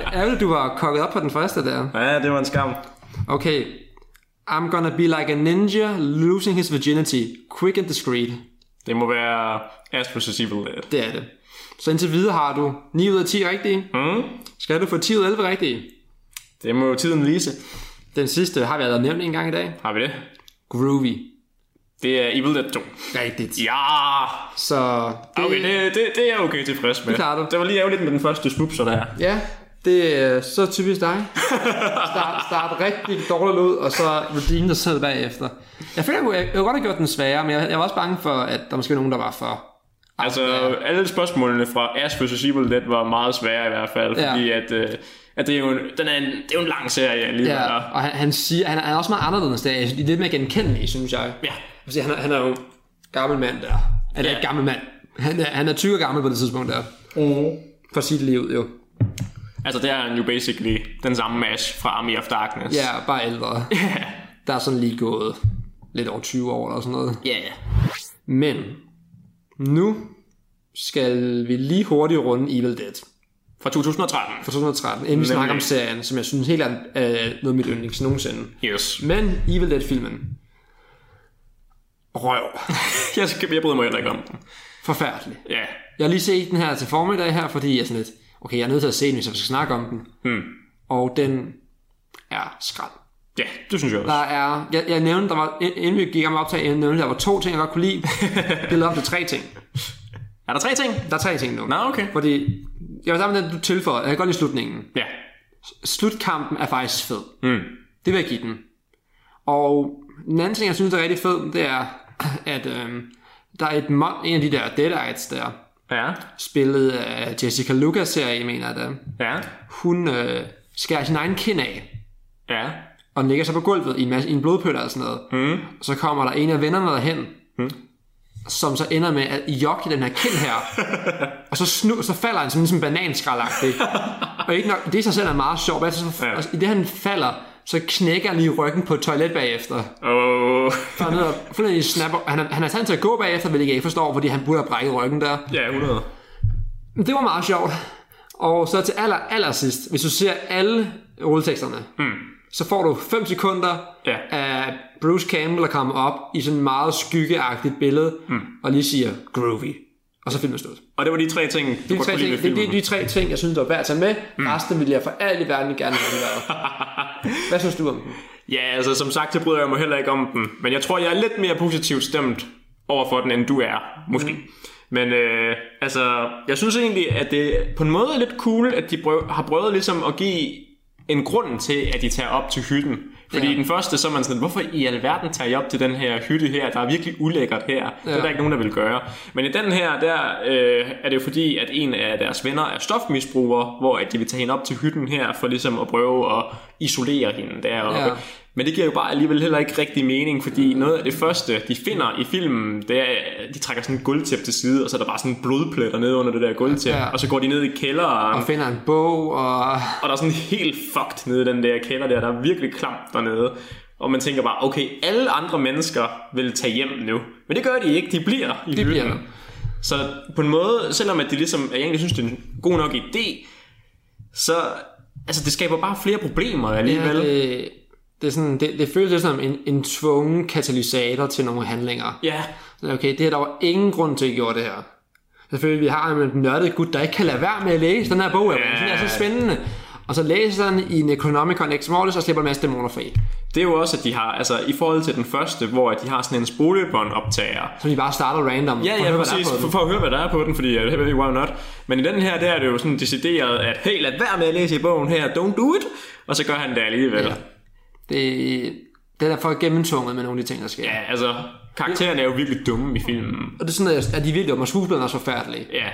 Speaker 4: er ærgerligt, du var kokket op på den første der.
Speaker 5: Ja, det var en skam.
Speaker 4: Okay. I'm gonna be like a ninja losing his virginity. Quick and discreet.
Speaker 5: Det må være Ash vs. Evil Dead.
Speaker 4: Det er det. Så indtil videre har du 9 ud af 10 rigtige.
Speaker 5: Mm.
Speaker 4: Skal du få 10 ud af 11 rigtige?
Speaker 5: Det må jo tiden vise.
Speaker 4: Den sidste har vi allerede nævnt en gang i dag.
Speaker 5: Har vi det?
Speaker 4: Groovy.
Speaker 5: Det er Evil Dead 2.
Speaker 4: Rigtigt.
Speaker 5: Ja!
Speaker 4: Så det,
Speaker 5: Okay, det, det, det er jeg okay tilfreds med.
Speaker 4: Det klarer du.
Speaker 5: Det var lige ærgerligt med den første smupser der.
Speaker 4: Ja, det er så typisk dig. Start, start rigtig dårligt ud, og så redeem dig selv bagefter. Jeg føler, jeg kunne, jeg kunne godt have gjort den sværere, men jeg, jeg var også bange for, at der måske var nogen, der var for...
Speaker 5: Altså,
Speaker 4: Ja.
Speaker 5: alle spørgsmålene fra Ash vs. Evil Dead var meget svære i hvert fald,
Speaker 4: Ja.
Speaker 5: fordi at, øh, at det er jo en, den er en, det er jo en lang serie alligevel.
Speaker 4: Ja, og han, han, siger, han, er, han er også meget anderledes, der, de er lidt mere genkendelige, synes jeg.
Speaker 5: Ja.
Speaker 4: Altså, han, er, han er jo gammel mand der. Han er
Speaker 5: Ja.
Speaker 4: ja. gammel mand. Han er, han er tyk og gammel på det tidspunkt der. Mm. For sit liv, jo.
Speaker 5: Altså, det er han jo basically den samme Ash fra Army of Darkness.
Speaker 4: Ja, bare ældre. Der er sådan lige gået lidt over 20 år eller sådan noget.
Speaker 5: Ja, ja.
Speaker 4: Men nu skal vi lige hurtigt runde Evil Dead
Speaker 5: Fra 2013.
Speaker 4: fra 2013, inden vi snakker om serien, som jeg synes helt er øh, noget af mit yndlings nogensinde.
Speaker 5: Yes.
Speaker 4: Men Evil Dead-filmen. Røv.
Speaker 5: Jeg, skal, jeg bryder mig heller ikke om den.
Speaker 4: Forfærdelig.
Speaker 5: Ja.
Speaker 4: Jeg har lige set den her til formiddag her, fordi jeg er sådan lidt, okay, jeg er nødt til at se den, hvis jeg skal snakke om den.
Speaker 5: Hmm.
Speaker 4: Og den er skrald.
Speaker 5: Ja, det synes jeg også.
Speaker 4: Der er, jeg, jeg nævnte, der var, inden vi gik om optag, jeg nævnte, der var to ting, jeg godt kunne lide. Det lavede op til tre ting.
Speaker 5: Er der tre ting?
Speaker 4: Der er tre ting nu.
Speaker 5: Nå, okay.
Speaker 4: Fordi, jeg var sammen med den, du tilføjede, jeg kan godt lide slutningen.
Speaker 5: Ja.
Speaker 4: Slutkampen er faktisk fed.
Speaker 5: Mm.
Speaker 4: Det vil jeg give den. Og en anden ting, jeg synes er rigtig fed, det er, at øh, der er et mon- en af de der Deadites der,
Speaker 5: Ja.
Speaker 4: spillet af Jessica Lucas serie, mener jeg det.
Speaker 5: Ja.
Speaker 4: Hun øh, skærer sin egen kind af,
Speaker 5: Ja.
Speaker 4: og den ligger sig på gulvet i en, masse, i en blodpøl eller sådan noget. Mm. Så kommer der en af vennerne derhen, mm. som så ender med at jokke den her kind her, og så, snu, så falder han som sådan en bananskralagtig. Og ikke nok, det i sig selv er meget sjovt, men så,
Speaker 5: Ja.
Speaker 4: ja. i det han falder, så knækker han lige ryggen på et toilet bagefter.
Speaker 5: Oh.
Speaker 4: Så han er fuldstændig snapper. Han er, han er sandt til at gå bagefter, hvilket jeg ikke forstår, fordi han burde have brækket ryggen der.
Speaker 5: Ja, 100.
Speaker 4: Men Det var meget sjovt. Og så til aller, allersidst, hvis du ser alle rulleteksterne, mm. så får du 5 sekunder
Speaker 5: Hmm. Ja.
Speaker 4: af Bruce Campbell at komme op i sådan et meget skyggeagtigt billede, mm. og lige siger, groovy. Og så filmen slut.
Speaker 5: Og Hmm. det var de tre ting, du
Speaker 4: Det er,
Speaker 5: godt
Speaker 4: tre
Speaker 5: kunne lide Hmm. ved
Speaker 4: ting, det,
Speaker 5: filmen.
Speaker 4: det er de tre ting, jeg synes, der var værd at tage med. Mm. Resten ville jeg for alt i verden gerne have været. Hvad synes du om den?
Speaker 5: Ja, altså som sagt, så bryder jeg mig heller ikke om den. Men jeg tror, jeg er lidt mere positivt stemt over for den, end du er, måske. Mm. Men øh, altså, jeg synes egentlig, at det på en måde er lidt cool, at de prøv, har prøvet ligesom at give en grund til, at de tager op til hytten. Fordi
Speaker 4: Ja.
Speaker 5: i den første, så er man sådan, hvorfor i alverden tager jeg op til den her hytte her, der er virkelig ulækkert her. Ja. Det er
Speaker 4: Ja.
Speaker 5: der ikke nogen, der vil gøre. Men i den her, der øh, er det jo fordi, at en af deres venner er stofmisbruger, hvor at de vil tage hende op til hytten her, for ligesom at prøve at isolere hende deroppe. Ja.
Speaker 4: Ja.
Speaker 5: Men det giver jo bare alligevel heller ikke rigtig mening, fordi noget af det første, de finder i filmen, det er, at de trækker sådan en gulvtæp til side, og så er der bare sådan blodpletter ned under det der gulvtæp, ja.
Speaker 4: Ja.
Speaker 5: og så går de ned i kælderen,
Speaker 4: Og finder en bog, og
Speaker 5: og der er sådan helt fucked nede i den der kælder der, der er virkelig klamt dernede. Og man tænker bare, okay, alle andre mennesker vil tage hjem nu. Men det gør de ikke, de bliver i
Speaker 4: det bliver der.
Speaker 5: Så på en måde, selvom at de ligesom, at jeg egentlig synes, det er en god nok idé, så altså, det skaber bare flere problemer alligevel.
Speaker 4: Ja, det, det, er sådan, det, det føles lidt som en, en tvungen katalysator til nogle handlinger.
Speaker 5: ja.
Speaker 4: Ja. Okay, det er der jo ingen grund til, at I gjorde det her. Selvfølgelig, vi har en nørdet gut, der ikke kan lade være med at læse den her bog.
Speaker 5: Ja.
Speaker 4: Ja. Den er så spændende. Og så læser han i Necronomicon Ex Mortis og slipper en masse dæmoner fri.
Speaker 5: Det er jo også, at de har, altså i forhold til den første, hvor at de har sådan en spolebåndoptager,
Speaker 4: Som de bare starter random.
Speaker 5: Ja,
Speaker 4: for at
Speaker 5: ja,
Speaker 4: høre, hvad der er
Speaker 5: præcis.
Speaker 4: på
Speaker 5: For,
Speaker 4: den.
Speaker 5: for at høre, hvad der er på den, fordi uh, hey, why not? Men i den her, der er det jo sådan decideret, at hey, lad være med at læse i bogen her, don't do it. Og så gør han det alligevel. Ja,
Speaker 4: Ja. Det, det er derfor gennemtunget med nogle af de ting, der sker.
Speaker 5: ja altså, karaktererne er jo virkelig dumme i filmen.
Speaker 4: Og det er sådan, at- at de virkelig om, at skuespillerne er så forfærdelige.
Speaker 5: Ja,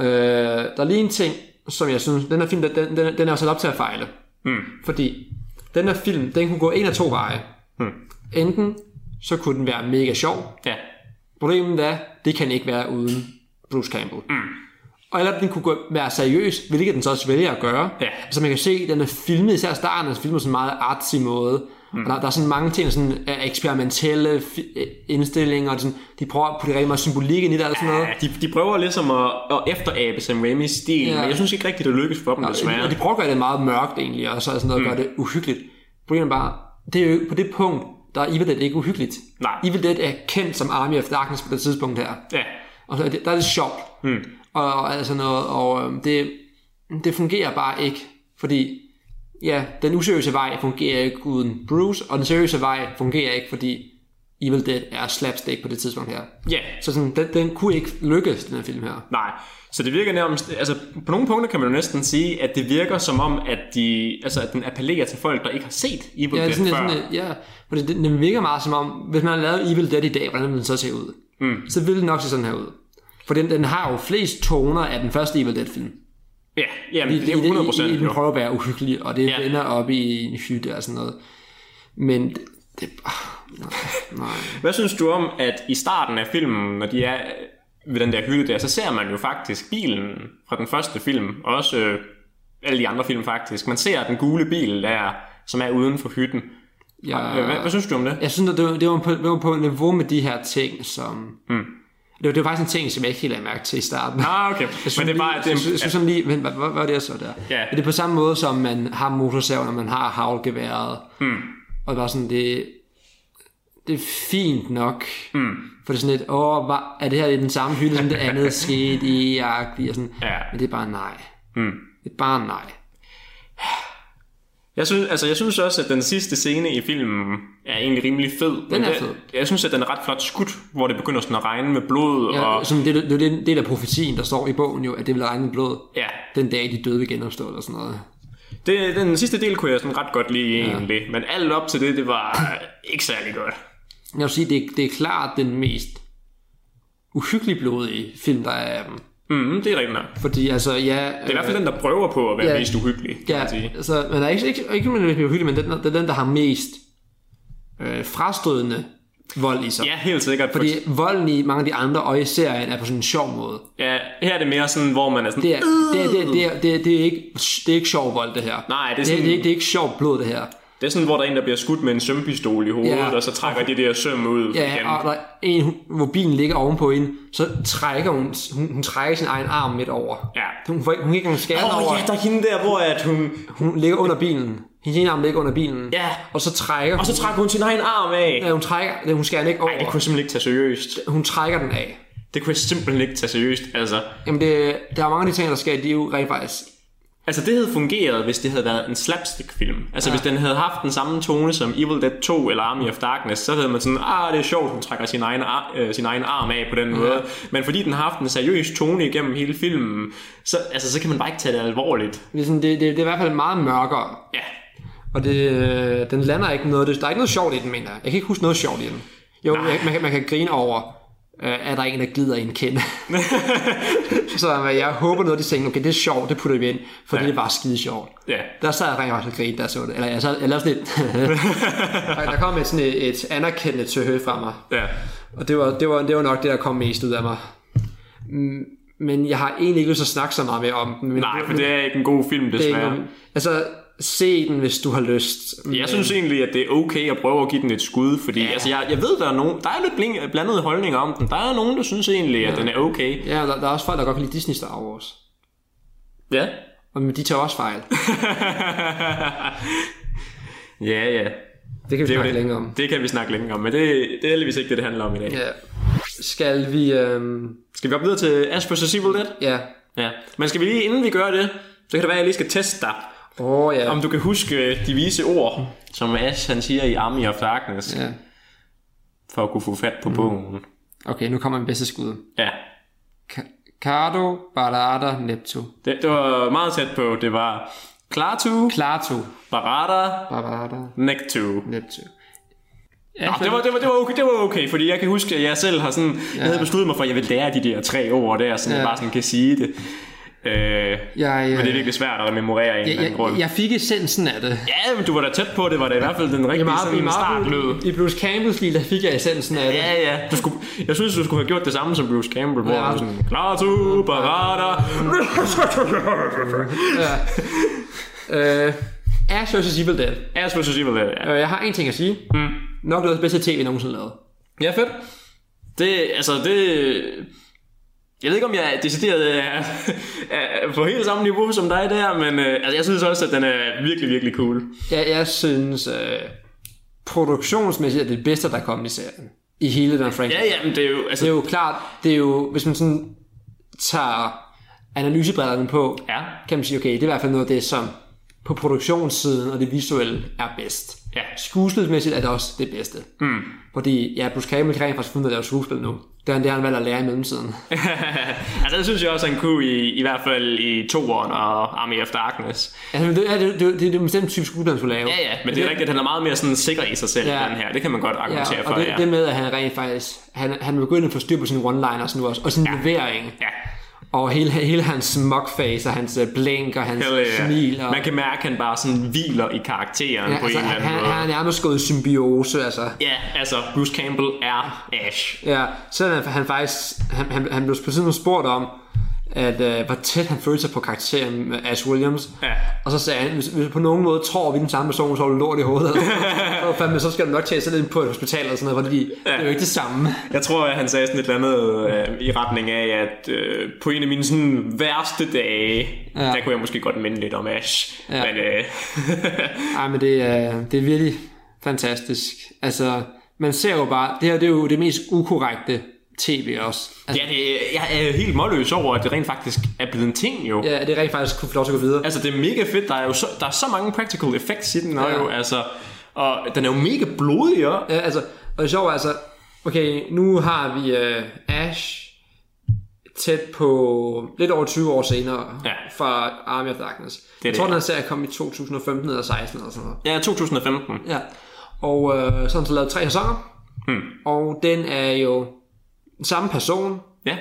Speaker 4: Øh, der er lige en ting, som jeg synes, den her film, den, den, den er jo sat op til at fejle.
Speaker 5: Hmm.
Speaker 4: Mm. Fordi den her film, den kunne gå en af to veje.
Speaker 5: Hmm.
Speaker 4: Mm. Enten så kunne den være mega sjov.
Speaker 5: ja,
Speaker 4: Problemet er, det kan ikke være uden Bruce Campbell. Mm. Og eller den kunne gå, være seriøs, hvilket den så også vælger at gøre.
Speaker 5: Ja.
Speaker 4: Så man kan se, den er filmet, især starten er filmet på sådan en meget artsy måde. Mm. Og der, der, er sådan mange ting, sådan øh, eksperimentelle fi- øh, indstillinger, og sådan, de prøver at putte rigtig meget symbolik ind i det, og sådan noget.
Speaker 5: ja de, de prøver ligesom at, at efterabe Sam Raimis stil, ja.
Speaker 4: Ja.
Speaker 5: men jeg synes ikke rigtigt, det lykkes for dem, desværre.
Speaker 4: Og de prøver at gøre det meget mørkt egentlig, og så er sådan noget, mm. gør det uhyggeligt. Problemet er bare, det er jo på det punkt, der er Evil Dead ikke uhyggeligt.
Speaker 5: Nej.
Speaker 4: Evil Dead er kendt som Army of Darkness på det tidspunkt her.
Speaker 5: Ja,
Speaker 4: Og så er det, der er det sjovt. Mm. Og, og altså noget, og øhm, det, det fungerer bare ikke, fordi ja, den useriøse vej fungerer ikke uden Bruce, og den seriøse vej fungerer ikke, fordi Evil Dead er slapstick på det tidspunkt her.
Speaker 5: ja.
Speaker 4: Så sådan, den, den kunne ikke lykkes, den her film her.
Speaker 5: Nej, så det virker nærmest, altså på nogle punkter kan man jo næsten sige, at det virker som om, at, de, altså, at den appellerer til folk, der ikke har set Evil
Speaker 4: Ja,
Speaker 5: Dead
Speaker 4: det er sådan,
Speaker 5: før.
Speaker 4: sådan, øh, ja, for det, det, det virker meget som om, hvis man havde lavet Evil Dead i dag, hvordan ville den så se ud? Mm. Så ville den nok se sådan her ud. For den, den har jo flest toner af den første Evil Dead-film.
Speaker 5: Ja, jamen,
Speaker 4: I,
Speaker 5: det er jo 100
Speaker 4: i, i, i, den
Speaker 5: jo.
Speaker 4: prøver at være uhyggelig, og det
Speaker 5: Ja.
Speaker 4: ja. ender op i en hytte og sådan noget. Men det... det ah, nej, nej.
Speaker 5: Hvad synes du om, at i starten af filmen, når de er ved den der hylde der, så ser man jo faktisk bilen fra den første film, og også øh, alle de andre film faktisk. Man ser den gule bil der, som er uden for hytten.
Speaker 4: Jeg,
Speaker 5: Hvad, hvad, hvad synes du om det?
Speaker 4: Ah. jeg synes, at det var, det, var på, det var på niveau med de her ting, som... Mm. Det var, det var faktisk en ting, som jeg ikke helt lagde mærke til i starten.
Speaker 5: Ah, okay. Men det er bare... at
Speaker 4: jeg
Speaker 5: Det,
Speaker 4: synes, jeg synes lige, men hvad, hvad, hvad er det, jeg så der?
Speaker 5: Ja.
Speaker 4: Men Det er på samme måde, som man har motorsaven, og man har havlgeværet.
Speaker 5: Hmm.
Speaker 4: Mm. Og bare sådan, det, det er fint nok.
Speaker 5: Hmm.
Speaker 4: Mm. For det er sådan lidt, åh, hvad, er det her i den samme hylde, som det andet skete i, agtigt, og sådan.
Speaker 5: Ja. Hmm.
Speaker 4: Men det er bare nej. Mm. Det er bare nej.
Speaker 5: jeg, synes, altså, jeg synes også, at den sidste scene i filmen er egentlig rimelig fed. Men
Speaker 4: er
Speaker 5: det-
Speaker 4: fed.
Speaker 5: Jeg synes, at den er ret flot skudt, hvor det begynder sådan at regne med blod.
Speaker 4: Ja,
Speaker 5: og,
Speaker 4: og... sådan, det, er- det, er jo den del af profetien, der står i bogen jo, at det vil regne med blod.
Speaker 5: ja,
Speaker 4: Den dag, de døde vil genopstå, eller sådan noget.
Speaker 5: Det, den sidste del kunne jeg sådan ret godt lide ja. egentlig, men alt op til det, det var ikke særlig godt.
Speaker 4: Jeg vil sige, det, er- det er klart den mest uhyggelig blodige film, der er af dem.
Speaker 5: Mm, det er rigtigt nok. Det
Speaker 4: Fordi altså, ja...
Speaker 5: er i hvert fald den, der prøver på at være ja.
Speaker 4: ja.
Speaker 5: mest uhyggelig, kan ja.
Speaker 4: Ja,
Speaker 5: man sige.
Speaker 4: altså, men der er ikke, ikke, ikke, ikke men det er hyggelig, men det er den, det er den, der har mest øh, frastødende vold i sig.
Speaker 5: Ja, helt sikkert.
Speaker 4: Fordi volden i mange af de andre, og i serien, er på sådan en sjov måde.
Speaker 5: ja, her er det mere sådan, hvor man er sådan...
Speaker 4: Det er, det, er, det, er, det, er, det, er, det, er ikke, det er ikke sjov vold, det her.
Speaker 5: Nej, det er
Speaker 4: det,
Speaker 5: sådan-
Speaker 4: det, er, ikke, det er ikke sjov blod, det her.
Speaker 5: Det er sådan, hvor der er en, der bliver skudt med en sømpistol i hovedet,
Speaker 4: Ja.
Speaker 5: og så trækker de der søm ud igen.
Speaker 4: Ja, og der er en, hun- hvor bilen ligger ovenpå hende, så trækker hun, hun, hun trækker sin egen arm midt over.
Speaker 5: Ja.
Speaker 4: Hun, får ikke, hun kan ikke engang skære den
Speaker 5: Åh,
Speaker 4: over.
Speaker 5: ja, der er hende der, hvor at hun...
Speaker 4: Hun ligger under bilen. Hendes ene arm ligger under bilen.
Speaker 5: Ja.
Speaker 4: Og så trækker
Speaker 5: Og så trækker hun sin egen arm af.
Speaker 4: Ja, hun trækker, nej, hun skærer den ikke over.
Speaker 5: Nej, det kunne jeg simpelthen ikke tage seriøst.
Speaker 4: Hun trækker den af.
Speaker 5: Det kunne jeg simpelthen ikke tage seriøst, altså.
Speaker 4: Jamen, det, der er mange af de ting, der sker, de er jo rent faktisk...
Speaker 5: Altså, det havde fungeret, hvis det havde været en slapstick-film. Altså, ja. hvis den havde haft den samme tone som Evil Dead 2 eller Army of Darkness, så havde man sådan, ah, det er sjovt, hun trækker sin egen, ar- øh, sin egen arm af på den måde. Men fordi den har haft en seriøs tone igennem hele filmen, så, altså, så kan man bare ikke tage det alvorligt.
Speaker 4: Det er, sådan, det, det, det er i hvert fald meget mørkere.
Speaker 5: Ja,
Speaker 4: Og det, øh, den lander ikke noget. Det- Der er ikke noget sjovt i den, mener jeg. Jeg kan ikke huske noget sjovt i den. Jo, jeg, man, kan, man kan grine over, øh, at der er en, der glider i en kende. så øh, jeg håber noget, de tænker, okay, det er sjovt, det putter vi ind, fordi ja. det var skide sjovt.
Speaker 5: ja.
Speaker 4: Der sad jeg rent faktisk og grinede, da jeg så det. Eller jeg, sad, jeg lavede sådan et... Og der kom et, sådan et, et anerkendende tøhø fra mig.
Speaker 5: ja.
Speaker 4: Og det var, det, var, det var nok det, der kom mest ud af mig. Mm, Men jeg har egentlig ikke lyst til at snakke så meget mere om den. Men
Speaker 5: Nej, for
Speaker 4: men
Speaker 5: det er ikke en god film,
Speaker 4: det er ikke
Speaker 5: desværre.
Speaker 4: nogen- Altså, se den, hvis du har lyst.
Speaker 5: Jeg synes egentlig, at det er okay at prøve at give den et skud, fordi ja. altså, jeg, jeg ved, der er nogen, der er lidt bling, blandede holdninger om den. Der er nogen, der synes egentlig, at den er okay.
Speaker 4: Ja, der, der er også folk, der godt kan lide Disney Star Wars.
Speaker 5: Ja.
Speaker 4: Og men de tager også fejl.
Speaker 5: ja, ja.
Speaker 4: Det kan vi
Speaker 5: Det, er jo
Speaker 4: snakke
Speaker 5: det.
Speaker 4: længere om.
Speaker 5: det kan vi snakke længere om, men det, det er heldigvis ikke det, det handler om i dag.
Speaker 4: Ja. Skal vi... Øhm,
Speaker 5: Skal vi op videre til As vs. Evil Dead?
Speaker 4: ja.
Speaker 5: Ja. Men skal vi lige, inden vi gør det, så kan det være, at jeg lige skal teste dig.
Speaker 4: Åh, oh, ja.
Speaker 5: Om du kan huske øh, de vise ord, som Ash han siger i Army of Darkness,
Speaker 4: ja. Mm.
Speaker 5: for at kunne få fat på bogen.
Speaker 4: Okay, nu kommer min bedste skud.
Speaker 5: Ja.
Speaker 4: Ka- Cardo, Barada, Neptu.
Speaker 5: Det, det var meget tæt på. Det var Klaatu,
Speaker 4: Plato,
Speaker 5: Barada,
Speaker 4: Barada,
Speaker 5: Nectu.
Speaker 4: Neptu.
Speaker 5: Ja, det, var, det, var, det, var okay, det var okay, fordi jeg kan huske, at jeg selv har sådan, ja. jeg havde besluttet mig for, at jeg vil lære de der tre ord der, så ja. jeg
Speaker 4: Ja.
Speaker 5: bare sådan kan sige det. Øh,
Speaker 4: Jeg,
Speaker 5: Men det er
Speaker 4: øh,
Speaker 5: virkelig svært at memorere af en eller anden grund.
Speaker 4: jeg, jeg fik essensen af det.
Speaker 5: Ja, men du var da tæt på, det var da i hvert fald den rigtige
Speaker 4: I,
Speaker 5: sådan startlød.
Speaker 4: Marvel, i Bruce Campbell's lille fik jeg essensen af det.
Speaker 5: Ja, ja. Du skulle, jeg synes, du skulle have gjort det samme som Bruce Campbell, hvor
Speaker 4: Ja.
Speaker 5: ja. sådan, klar to, parada.
Speaker 4: Øh, Ash vs. Evil Dead.
Speaker 5: As vs. Evil Dead. ja.
Speaker 4: Øh, jeg har en ting at sige. Mm. Nok noget af det bedste tv, jeg nogensinde lavede.
Speaker 5: Ja, fedt. Det, altså, det... Jeg ved ikke, om jeg er decideret øh, er, er på helt samme niveau som dig der, men øh, altså, jeg synes også, at den er virkelig, virkelig cool.
Speaker 4: Jeg, jeg synes, øh, produktionsmæssigt er det bedste, der kom i serien. I hele den franchise.
Speaker 5: Ja, ja, men det er jo... Altså,
Speaker 4: Det er jo klart, det er jo, hvis man sådan tager analysebrillerne på,
Speaker 5: Ja.
Speaker 4: kan man sige, okay, det er i hvert fald noget af det, som på produktionssiden og det visuelle er bedst.
Speaker 5: Ja.
Speaker 4: Skuespilsmæssigt er det også det bedste. Mm. Fordi, ja, Bruce Campbell kan rent faktisk finde ud af at lave skuespil nu. Det er han- det, han valgt at lære i mellemtiden.
Speaker 5: altså, det synes jeg også, han kunne i, i hvert fald i toeren og Army of Darkness.
Speaker 4: Altså, det, er, det, det, det er en bestemt type skuespil, han skulle lave.
Speaker 5: Ja, ja, men det er rigtigt, at han er meget mere sådan sikker i sig selv, ja.
Speaker 4: Ja.
Speaker 5: den her. Det kan man godt argumentere
Speaker 4: Ja,
Speaker 5: for,
Speaker 4: og det,
Speaker 5: ja.
Speaker 4: det med, at han rent faktisk, han, han begyndte at få styr på sine one-liners nu også, og sin ja. levering.
Speaker 5: Ja,
Speaker 4: Og hele, hele hans smugface, og hans øh, blink, og hans
Speaker 5: Hell yeah.
Speaker 4: smil. Og...
Speaker 5: Man kan mærke, at han bare sådan hviler i karakteren ja, på
Speaker 4: altså,
Speaker 5: en eller anden
Speaker 4: han,
Speaker 5: måde.
Speaker 4: han er nærmest gået i symbiose, altså.
Speaker 5: Ja, altså, Bruce Campbell er Ash.
Speaker 4: Ja, selvom han faktisk, han, han, han blev på tidspunkt spurgt om, at øh, hvor tæt han følte sig på karakteren med Ash Williams.
Speaker 5: Ja.
Speaker 4: Og så sagde han, hvis, hvis på nogen måde tror vi er den samme person, så har du lort i hovedet. Eller, så, fandme, så skal du nok tage selv ind på et hospital eller sådan noget, fordi ja. det er jo ikke det samme.
Speaker 5: Jeg tror, at han sagde sådan et eller andet øh, i retning af, at øh, på en af mine sådan værste dage, ja.
Speaker 4: Ja.
Speaker 5: der kunne jeg måske godt minde lidt om Ash. Ja. Men øh,
Speaker 4: Ej, men det er, det er virkelig fantastisk. Altså, man ser jo bare, det her det er jo det mest ukorrekte tv også. Altså,
Speaker 5: ja, det, jeg er helt målløs over, at det rent faktisk er blevet en ting jo. Ja.
Speaker 4: ja. ja, det er rent faktisk kunne få lov til at gå videre.
Speaker 5: Altså, det er mega fedt. Der er jo så, der er så mange practical effects i den her
Speaker 4: Ja.
Speaker 5: jo, altså. Og den er jo mega blodig, ja.
Speaker 4: Ja, altså, og det sjove er altså, okay, nu har vi øh, Ash tæt på lidt over 20 år senere
Speaker 5: Ja.
Speaker 4: fra Army of Darkness. Det jeg
Speaker 5: det,
Speaker 4: tror, den
Speaker 5: ja.
Speaker 4: her serie kom i 2015 eller 16 eller sådan noget.
Speaker 5: Ja, 2015.
Speaker 4: Ja. Og øh, så har den så lavet tre sæsoner. Hmm. Og den er jo samme person.
Speaker 5: Ja.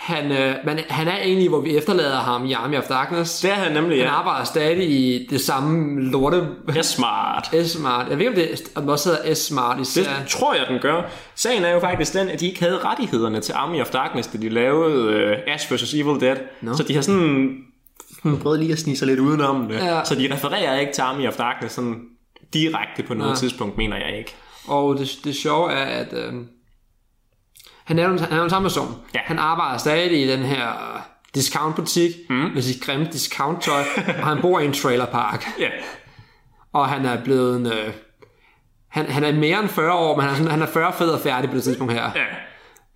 Speaker 4: Han, øh, man, han er egentlig, hvor vi efterlader ham i Army of Darkness.
Speaker 5: Det er han nemlig,
Speaker 4: Han
Speaker 5: ja.
Speaker 4: arbejder stadig i det samme lorte
Speaker 5: Det er smart.
Speaker 4: S-Smart. Jeg ved ikke, om det, er- om det også hedder S-Smart i
Speaker 5: Det
Speaker 4: serien.
Speaker 5: tror jeg, den gør. Sagen er jo faktisk den, at de ikke havde rettighederne til Army of Darkness, da de lavede uh, Ash vs. Evil Dead. No. Så de har sådan sådan prøvet lige at snige sig lidt udenom det.
Speaker 4: Ja.
Speaker 5: Så de refererer ikke til Army of Darkness sådan direkte på noget
Speaker 4: Nej.
Speaker 5: tidspunkt, mener jeg ikke.
Speaker 4: Og det, det sjove er, at øh, han er jo han er jo den samme person.
Speaker 5: Ja.
Speaker 4: Han arbejder stadig i den her øh, discountbutik mm. med sit grimme discounttøj, og han bor i en trailerpark.
Speaker 5: Ja,
Speaker 4: Og han er blevet en... Øh, han, han er mere end 40 år, men han er, sådan, han er 40 fed og færdig på det tidspunkt her.
Speaker 5: ja.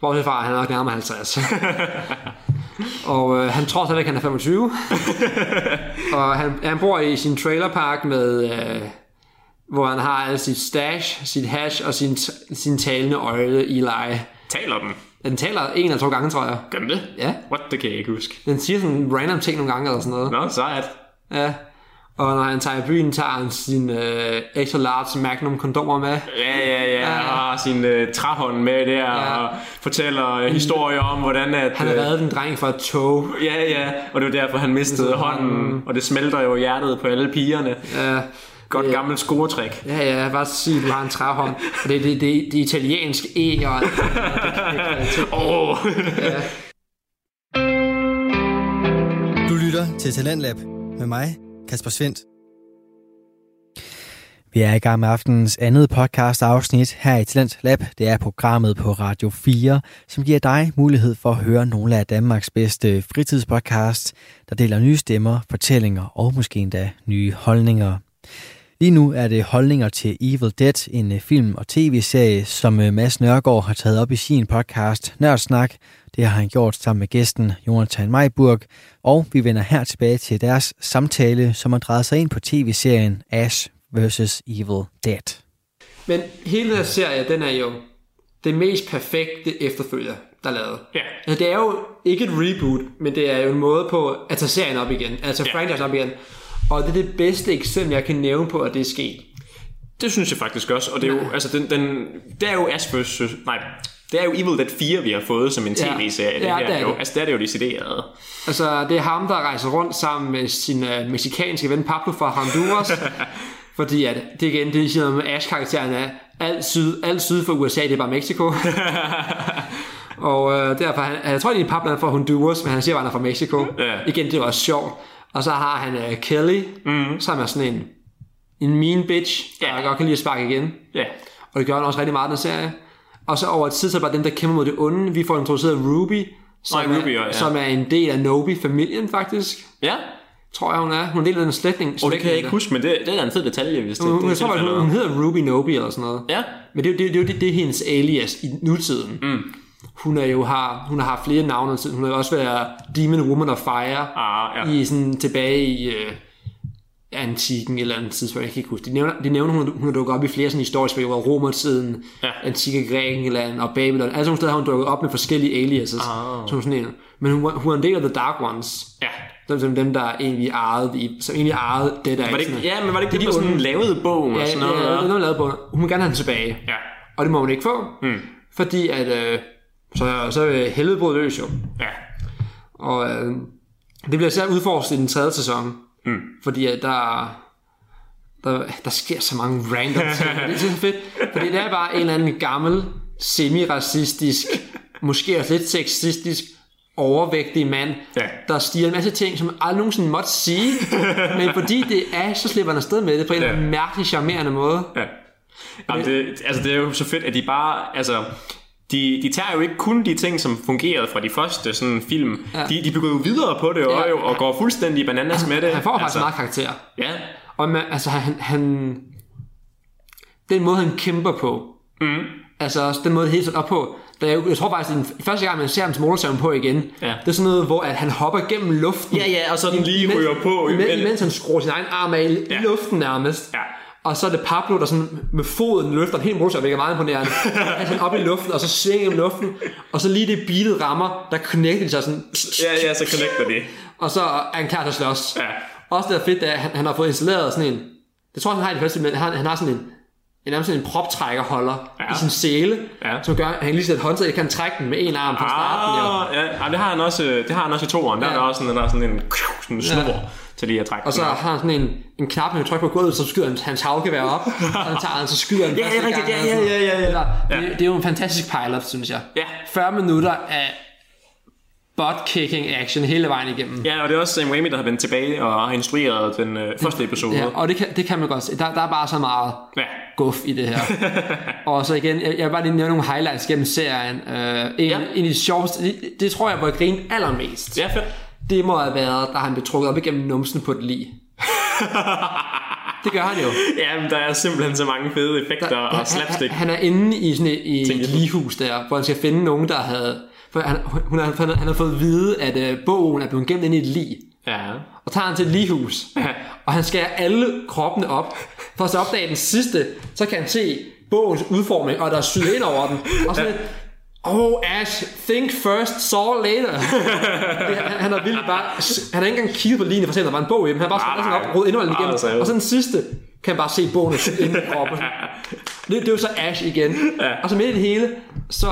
Speaker 4: Bortset fra, at han er nok nærmere 50. og øh, han tror stadigvæk, at han er 25. og han, han bor i sin trailerpark med... Øh, hvor han har alt sit stash, sit hash og sin, sin talende øje i leje.
Speaker 5: Taler den?
Speaker 4: Den taler en eller to gange, tror jeg.
Speaker 5: Gør den det?
Speaker 4: Ja.
Speaker 5: What, det kan jeg ikke huske.
Speaker 4: Den siger sådan random ting nogle gange eller sådan noget.
Speaker 5: Nå, sejt.
Speaker 4: Ja. Og når han tager i byen, tager han sin øh, extra large magnum kondomer med.
Speaker 5: Ja, ja, ja. Han har sin uh, træhånd med der
Speaker 4: Ja.
Speaker 5: ja. og fortæller uh, historier om, hvordan at...
Speaker 4: Han har
Speaker 5: øh,
Speaker 4: reddet en dreng fra et tog.
Speaker 5: Ja, ja, og det var derfor, han mistede hånden, og det smelter jo hjertet på alle pigerne.
Speaker 4: Ja,
Speaker 5: Godt gammelt scoretrik.
Speaker 4: ja, ja bare sige, du har en træhånd. Og det er det, det, det italienske E og alt.
Speaker 5: Åh, oh,
Speaker 1: Du lytter til Talentlab med mig, Kasper Svendt. Vi er i gang med aftenens andet podcast afsnit her i Talent Lab. Det er programmet på Radio 4, som giver dig mulighed for at høre nogle af Danmarks bedste fritidspodcast, der deler nye stemmer, fortællinger og måske endda nye holdninger. Lige nu er det holdninger til Evil Dead, en øh, film- og tv-serie, som øh, Mads Nørgaard har taget op i sin podcast Nørdsnak. Det har han gjort sammen med gæsten Jonathan Majburg, og vi vender her tilbage til deres samtale, som har drejet sig ind på tv-serien Ash vs. Evil Dead.
Speaker 4: Men hele den her serie, den er jo det mest perfekte efterfølger, der er lavet.
Speaker 5: Ja.
Speaker 4: Altså, det er jo ikke et reboot, men det er jo en måde på at tage serien op igen. Altså
Speaker 5: Ja.
Speaker 4: franchisen op igen. Og det er det bedste eksempel, jeg kan nævne på, at det er sket.
Speaker 5: det synes jeg faktisk også, og det er jo, altså, den, den, det er jo Aspers, nej, det er jo Evil Dead 4, vi har fået som en
Speaker 4: Ja.
Speaker 5: tv-serie.
Speaker 4: Ja,
Speaker 5: her
Speaker 4: det er
Speaker 5: jo.
Speaker 4: det.
Speaker 5: Altså, det er det jo decideret.
Speaker 4: Altså, det er ham, der rejser rundt sammen med sin øh, meksikanske ven Pablo fra Honduras. fordi at, det igen, det siger noget med Ash-karakteren er, alt syd, alt syd for USA, det er bare Mexico. og øh, derfor, han, jeg tror egentlig, Pablo er fra Honduras, men han siger bare, han er fra Mexico.
Speaker 5: Ja.
Speaker 4: Igen, det var også sjovt. Og så har han øh, Kelly, mm. som er sådan en, en mean bitch, der
Speaker 5: Mhm. Ja.
Speaker 4: godt kan lide at sparke igen.
Speaker 5: Ja.
Speaker 4: Og det gør han også rigtig meget i den serie. Og så over tid, så er det bare dem, der kæmper mod det onde. Vi får introduceret Ruby, som,
Speaker 5: Nej, Ruby,
Speaker 4: er,
Speaker 5: ja, ja.
Speaker 4: som er en del af Nobi-familien faktisk.
Speaker 5: Ja,
Speaker 4: Tror jeg, hun er. Hun er en del af den slægtning.
Speaker 5: og det kan jeg ikke huske, men det, det er da en fed detalje, hvis det,
Speaker 4: Hun,
Speaker 5: det
Speaker 4: hun,
Speaker 5: er
Speaker 4: jeg tror, faktisk, hun, hun
Speaker 5: tilfældet.
Speaker 4: hedder Ruby Nobi eller sådan noget.
Speaker 5: Ja,
Speaker 4: Men det, er jo- det, er jo- det, er jo- det, er hendes alias i nutiden. Mm. Hun er jo har, hun har haft flere navne. og Hun har jo også været Demon Woman of Fire
Speaker 5: Ah, ja.
Speaker 4: i sådan, tilbage i øh, antikken eller andet tidspunkt. Jeg kan ikke huske. De nævner, de nævner hun, hun har dukket op i flere sådan historiske perioder. Romertiden,
Speaker 5: Ja.
Speaker 4: antikke Grækenland og Babylon. Altså nogle steder har hun dukket op med forskellige aliases. Ah. Som sådan en. Men hun, var- hun er en del af The Dark Ones.
Speaker 5: ja.
Speaker 4: Dem, som dem, der egentlig ejede, i, som egentlig ejede det der.
Speaker 5: Var det ikke, ja, men var det ikke det,
Speaker 4: er
Speaker 5: der
Speaker 4: de
Speaker 5: sådan
Speaker 4: onde.
Speaker 5: lavede bogen og
Speaker 4: Ja,
Speaker 5: sådan
Speaker 4: ja, det er
Speaker 5: noget?
Speaker 4: noget, lavet på. Hun vil gerne have den tilbage.
Speaker 5: Ja,
Speaker 4: Og det må hun ikke få. Mm. Fordi at, øh, så, så er helvede brudt løs jo.
Speaker 5: ja.
Speaker 4: Og øh, det bliver særligt udforsket i den tredje sæson. Mm. Fordi at der, der, der sker så mange random ting. det er så fedt. Fordi det er bare en eller anden gammel, semi-racistisk, måske også lidt sexistisk, overvægtig mand,
Speaker 5: Ja.
Speaker 4: der stiger en masse ting, som man aldrig nogensinde måtte sige. men fordi det er, så slipper han afsted med det på en eller anden mærkelig, charmerende måde.
Speaker 5: Ja. Jamen, det, altså, det er jo så fedt, at de bare... Altså, de, de tager jo ikke kun de ting, som fungerede fra de første sådan, film. Ja. De, de bygger jo videre på det ja. og, jo, og går fuldstændig bananas med det.
Speaker 4: Han får faktisk
Speaker 5: altså,
Speaker 4: meget karakter.
Speaker 5: Ja,
Speaker 4: Og man, altså han, han, den måde han kæmper på, mm. altså også den måde det hele tiden op på, der jeg, jeg tror faktisk, det er den første gang, man ser hans motorsaven på igen,
Speaker 5: Ja.
Speaker 4: det er sådan noget, hvor at han hopper gennem luften.
Speaker 5: Ja, ja, og så den lige ryger på,
Speaker 4: Imens,
Speaker 5: imellem.
Speaker 4: imens han skruer sin egen arm af i ja.
Speaker 5: Ja.
Speaker 4: luften nærmest.
Speaker 5: Ja.
Speaker 4: Og så er det Pablo, der sådan med foden løfter en hel motorcykel, hvilket er meget imponerende. altså op i luften, og så svinger gennem luften, og så lige det beatet rammer, der knækker de sig sådan,
Speaker 5: ja, ja, så connecter de.
Speaker 4: og så er han klar til at slås.
Speaker 5: Ja.
Speaker 4: Også det er fedt, at han, han har fået installeret sådan en... Det tror jeg, han har i det første, men han, han har sådan en en, nærmest en proptrækkerholder
Speaker 5: Ja.
Speaker 4: ja. i sin sæle,
Speaker 5: Ja.
Speaker 4: ja. som gør, at han lige sætter håndtaget, kan trække den med en arm fra starten. Jo.
Speaker 5: Ah, ja, ja, det har han også, det har han også i toeren. Der er
Speaker 4: Ja.
Speaker 5: der også sådan, der er sådan en, sådan en snor til lige at trække
Speaker 4: Og så
Speaker 5: den.
Speaker 4: har han sådan en, en knap, han kan trykke på gulvet, så skyder han hans havgevær op, og han tager den, så skyder han
Speaker 5: Ja,
Speaker 4: første
Speaker 5: rigtigt.
Speaker 4: gang,
Speaker 5: Ja, ja,
Speaker 4: og
Speaker 5: ja, ja, ja.
Speaker 4: Eller,
Speaker 5: Ja.
Speaker 4: Det, det, er jo en fantastisk pilot, synes jeg.
Speaker 5: Ja.
Speaker 4: 40 minutter af butt-kicking action hele vejen igennem.
Speaker 5: Ja, og det er også Sam Raimi, der har vendt tilbage og har instrueret den øh, første episode.
Speaker 4: Ja, og det kan, det kan man godt se. Der, der er bare så meget
Speaker 5: Ja.
Speaker 4: guf i det her. og så igen, jeg, jeg vil bare lige nævne nogle highlights gennem serien. Uh, en,
Speaker 5: Ja.
Speaker 4: ja. en af de sjoveste, det, det tror jeg, hvor jeg grinede allermest.
Speaker 5: ja fedt.
Speaker 4: Det må have været, da han blev trukket op igennem numsen på et lig. det gør han jo.
Speaker 5: Ja, men der er simpelthen så mange fede effekter
Speaker 4: Der,
Speaker 5: og slapstick.
Speaker 4: Han, han er inde i sådan et, i
Speaker 5: Tænker
Speaker 4: et
Speaker 5: du?
Speaker 4: ligehus der, hvor han skal finde nogen, der havde... For han, hun har, han, han har fået at vide, at øh, bogen er blevet gemt inde i et lig.
Speaker 5: Ja.
Speaker 4: Og tager han til et ligehus. Og han skærer alle kroppene op. For så opdager den sidste, så kan han se bogens udformning, og der er syet ind over den. Og sådan lidt, Oh Ash, think first, saw later. Det- han, han, har virkelig bare, han har ikke engang kigget på linjen for at se, om der var en bog i dem. Han har bare skrevet
Speaker 5: Nej,
Speaker 4: sådan
Speaker 5: nej.
Speaker 4: op, rodet indholdet
Speaker 5: Ah,
Speaker 4: igennem.
Speaker 5: seriøst.
Speaker 4: Og så den sidste, kan han bare se bogen er syet ind i kroppen. Det, det er jo så Ash igen. Ja. Og så midt i det hele, så...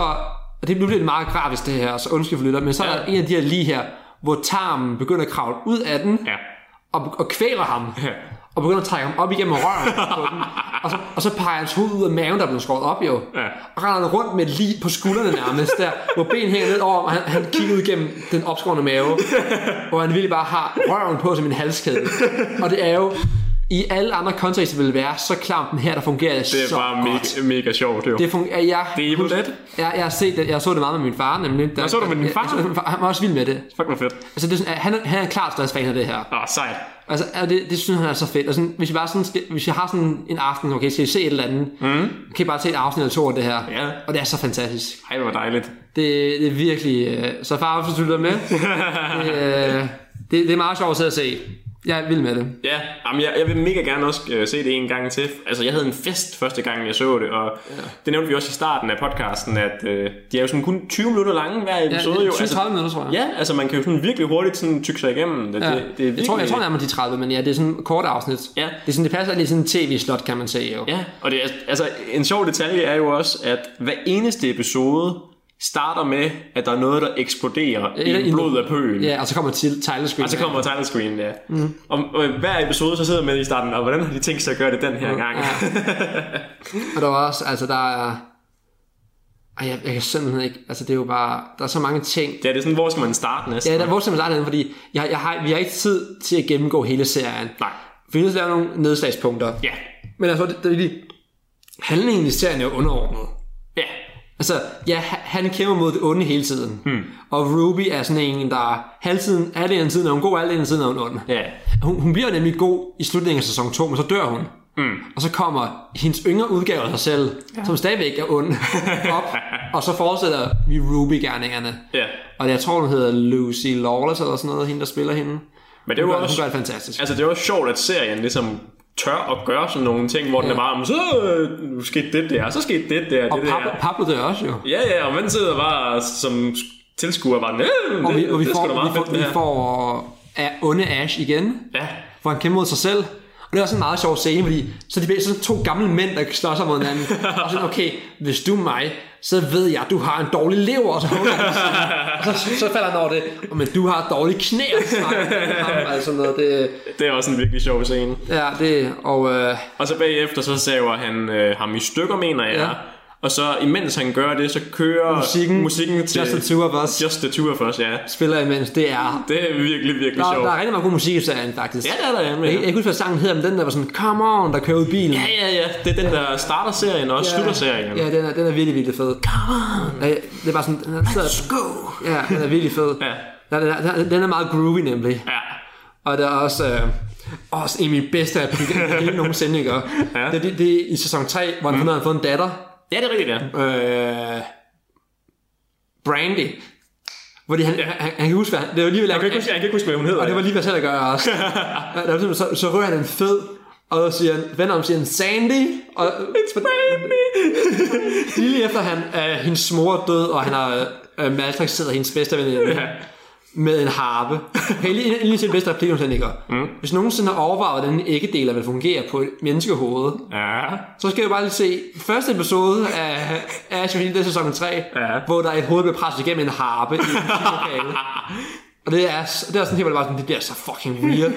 Speaker 4: Og det nu bliver det meget grafisk det her, så undskyld for lytter, men så er der en af de her lige her, hvor tarmen begynder at kravle ud af den,
Speaker 5: Ja.
Speaker 4: og, og kvæler ham, og begynder at trække ham op igennem røret på den, og så, og så peger hans hoved ud af maven, der er blevet skåret op jo,
Speaker 5: Ja.
Speaker 4: og render rundt med lige på skuldrene nærmest, der, hvor ben hænger ned over, ham, og han, han kigger ud gennem den opskårne mave, hvor han virkelig bare har røven på som en halskæde. Og det er jo, i alle andre kontekster ville det være så klamt, men her der fungerer det,
Speaker 5: Det er
Speaker 4: så
Speaker 5: bare
Speaker 4: godt.
Speaker 5: mega, mega sjovt, jo.
Speaker 4: Det fungerer, jeg,
Speaker 5: Det er Evil Dead.
Speaker 4: jeg, jeg, har set det, jeg så det meget med min far, nemlig. Der,
Speaker 5: så du med din far?
Speaker 4: Jeg, jeg, så det med min far. han var også vild med det.
Speaker 5: Fuck, hvor fedt.
Speaker 4: Altså, det er sådan, at han, er- han er klart størst fan af det her.
Speaker 5: Åh, sejt.
Speaker 4: Altså, og det, det synes han er så fedt. Og sådan, hvis, jeg bare sådan skal, hvis jeg har sådan en aften, okay, skal jeg se et eller andet, mm. kan jeg bare se et afsnit eller to af det her.
Speaker 5: Ja.
Speaker 4: Og det er så fantastisk.
Speaker 5: Ej, hvor dejligt.
Speaker 4: Det, det er virkelig... Øh, så far, hvis du lytter med, det, øh, det, det er meget sjovt at sidde og se. Jeg er vild med det.
Speaker 5: Ja, jamen jeg, jeg vil mega gerne også øh, se det en gang til. Altså, jeg havde en fest første gang, jeg så det, og ja. det nævnte vi også i starten af podcasten, at øh, de er jo sådan kun 20 minutter lange hver episode.
Speaker 4: det er
Speaker 5: jo.
Speaker 4: 20-30
Speaker 5: altså,
Speaker 4: minutter, tror jeg.
Speaker 5: Ja, altså man kan jo sådan virkelig hurtigt sådan tykke sig igennem. Det, ja. det, det er virkelig,
Speaker 4: jeg tror, jeg tror nærmere de 30, men ja, det er sådan et kort afsnit.
Speaker 5: Ja.
Speaker 4: Det, er sådan, det passer ind i sådan en tv-slot, kan man se jo.
Speaker 5: Ja, og det er, altså, en sjov detalje er jo også, at hver eneste episode starter med, at der er noget, der eksploderer
Speaker 4: Eller
Speaker 5: i en blod af pøl.
Speaker 4: Ja, og så kommer til title screen.
Speaker 5: Og så kommer title screen, ja. Mm. Og, og, hver episode, så sidder man i starten, og hvordan har de tænkt sig at gøre det den her gang?
Speaker 4: Mm. Ja. Og der var også, altså der er... Ej, jeg, jeg kan simpelthen ikke... Altså det er jo bare... Der er så mange ting.
Speaker 5: Ja, det er sådan, hvor skal man starte næsten?
Speaker 4: Ja, der er vores simpelthen startet, fordi jeg, jeg har, vi har ikke tid til at gennemgå hele serien.
Speaker 5: Nej.
Speaker 4: Vi er nødt til at lave nogle nedslagspunkter.
Speaker 5: Ja.
Speaker 4: Men altså, det, det er lige... Handlingen i serien er jo underordnet.
Speaker 5: Ja.
Speaker 4: Altså, ja, ha- han kæmper mod det onde hele tiden. Hmm. Og Ruby er sådan en, der halvtiden, halvdelen af tiden er hun god, halvdelen af tiden er hun ond.
Speaker 5: Ja.
Speaker 4: Hun, hun bliver nemlig god i slutningen af sæson 2, men så dør hun.
Speaker 5: Hmm.
Speaker 4: Mm. Og så kommer hendes yngre udgave af sig selv, ja. som stadigvæk er ond, op. Og så fortsætter vi Ruby-gerningerne.
Speaker 5: Ja.
Speaker 4: Og jeg tror, hun hedder Lucy Lawless eller sådan noget, hende der spiller hende.
Speaker 5: Men det
Speaker 4: Hun
Speaker 5: var
Speaker 4: gør, hun
Speaker 5: også,
Speaker 4: gør det fantastisk.
Speaker 5: altså det var sjovt, at serien ligesom tør at gøre sådan nogle ting, hvor den er bare, "Men så øh, skete det der, så skete det der,
Speaker 4: og
Speaker 5: det
Speaker 4: Pablo,
Speaker 5: der.
Speaker 4: Pablo dør også jo.
Speaker 5: Ja, ja, og man sidder bare som tilskuer bare, øh,
Speaker 4: Og vi,
Speaker 5: det,
Speaker 4: og vi
Speaker 5: det er
Speaker 4: får,
Speaker 5: sgu da meget
Speaker 4: vi får,
Speaker 5: fedt, det
Speaker 4: vi
Speaker 5: her.
Speaker 4: får øh, af onde Ash igen.
Speaker 5: Ja.
Speaker 4: hvor han kæmper mod sig selv. Og det er også en meget sjov scene, fordi så er de begge- så er det to gamle mænd, der slår sig mod hinanden. Og sådan, okay, hvis du er mig, så ved jeg, at du har en dårlig lever. Og så, hugger han sig. og så, så falder han over det. Og, men du har et dårligt knæ. Og så snakker han med ham, altså noget, det,
Speaker 5: Det er også en virkelig sjov scene.
Speaker 4: ja, det, og øh,
Speaker 5: Og så bagefter, så saver han øh, ham i stykker, mener jeg.
Speaker 4: Ja.
Speaker 5: Og så imens han gør det, så kører
Speaker 4: musikken,
Speaker 5: musikken til
Speaker 4: Just the Two of Us
Speaker 5: Just the Two of Us, ja.
Speaker 4: spiller imens. Det er,
Speaker 5: Mm. Det er virkelig, virkelig
Speaker 4: der,
Speaker 5: sjovt.
Speaker 4: der er rigtig meget god musik i serien, faktisk.
Speaker 5: Ja, det er der, ja. men-
Speaker 4: Jeg, jeg kan huske, hvad sangen hedder, men den der var sådan, come on, der kører ud i bilen.
Speaker 5: Ja, ja, ja. Det er den, der starter serien og også slutter serien.
Speaker 4: Ja, den er, den er virkelig, virkelig fed. Come on! Ja, det er bare sådan... Den er, Let's go! Ja, den er virkelig fed.
Speaker 5: Ja.
Speaker 4: Den, er, den- den er meget groovy nemlig.
Speaker 5: Ja.
Speaker 4: Og der er også... Øh, også en af mine bedste replikker jeg hele nogensinde, ikke? Ja. Det, det, det, er i sæson 3, hvor han mm. har fået en datter.
Speaker 5: Ja, det er rigtigt, ja.
Speaker 4: Øh, Brandy. Fordi han, han, han, kan huske, hvad han, det var lige ved at
Speaker 5: Jeg kan ikke
Speaker 4: lave,
Speaker 5: huske, jeg kan ikke huske hvad hun hedder.
Speaker 4: og det var
Speaker 5: ja.
Speaker 4: lige hvad selv at gøre også. Ja, der var simpelthen- så, så rører han en fed, og så siger han, vender om, siger han, Sandy. Og, It's Brandy. lige efter han, øh, hendes mor er død, og han har øh, maltrakteret hendes bedste veninde. med en harpe. Kan I lige, lige se det bedste replik, hun sådan ikke gør? mm. Hvis nogensinde har overvejet, hvordan en æggedeler vil fungere på et menneskehoved,
Speaker 5: Ja.
Speaker 4: så skal jeg bare lige se første episode af Ash Ville, det er sæson 3,
Speaker 5: Ja.
Speaker 4: hvor der er et hoved bliver presset igennem en harpe i en lokale. Og det er, s- det er sådan helt, hvor det bare sådan, det bliver så fucking weird.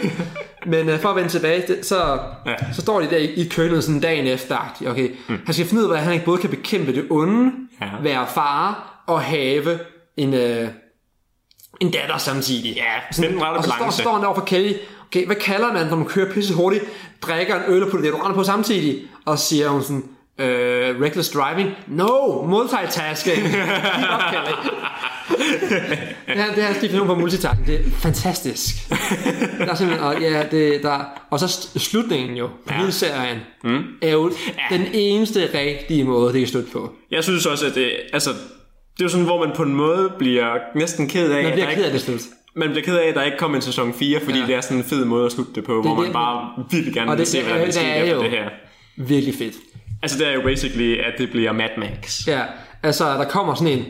Speaker 4: Men uh, for at vende tilbage, det, så, ja. så står de der i, i kønnet sådan dagen efter. agtigt, Okay. Mm. Han skal finde ud af, hvordan han ikke både kan bekæmpe det onde,
Speaker 5: Ja.
Speaker 4: ja. være far og have en, øh, en datter samtidig. Ja,
Speaker 5: find den rette
Speaker 4: og så står,
Speaker 5: balance.
Speaker 4: står han derovre for Kelly. Okay, hvad kalder man, når man kører pisse hurtigt, drikker en øl og putter deodorant på samtidig? Og så siger hun sådan, øh, reckless driving? No, multitasking. Giv op, Kelly. det her, det her definition på multitasking, det er fantastisk. Der er simpelthen, og, ja, det, der, og så st- slutningen jo, på ja. hele serien, mm. er jo den eneste rigtige måde, det kan slutte på.
Speaker 5: Jeg synes også, at det, altså, det er jo sådan, hvor man på en måde bliver næsten ked af,
Speaker 4: Man
Speaker 5: at der
Speaker 4: bliver ked
Speaker 5: ikke,
Speaker 4: af det slut.
Speaker 5: man bliver ked af, at der ikke kom en sæson 4, fordi ja. det er sådan en fed måde at slutte det på, det, hvor
Speaker 4: det,
Speaker 5: man bare virkelig gerne
Speaker 4: og
Speaker 5: vil
Speaker 4: det-
Speaker 5: se, hvad der
Speaker 4: det-
Speaker 5: vil ske
Speaker 4: det er
Speaker 5: efter
Speaker 4: jo-
Speaker 5: det her.
Speaker 4: Virkelig fedt.
Speaker 5: Altså, det er jo basically, at det bliver Mad Max.
Speaker 4: Ja, altså der kommer sådan en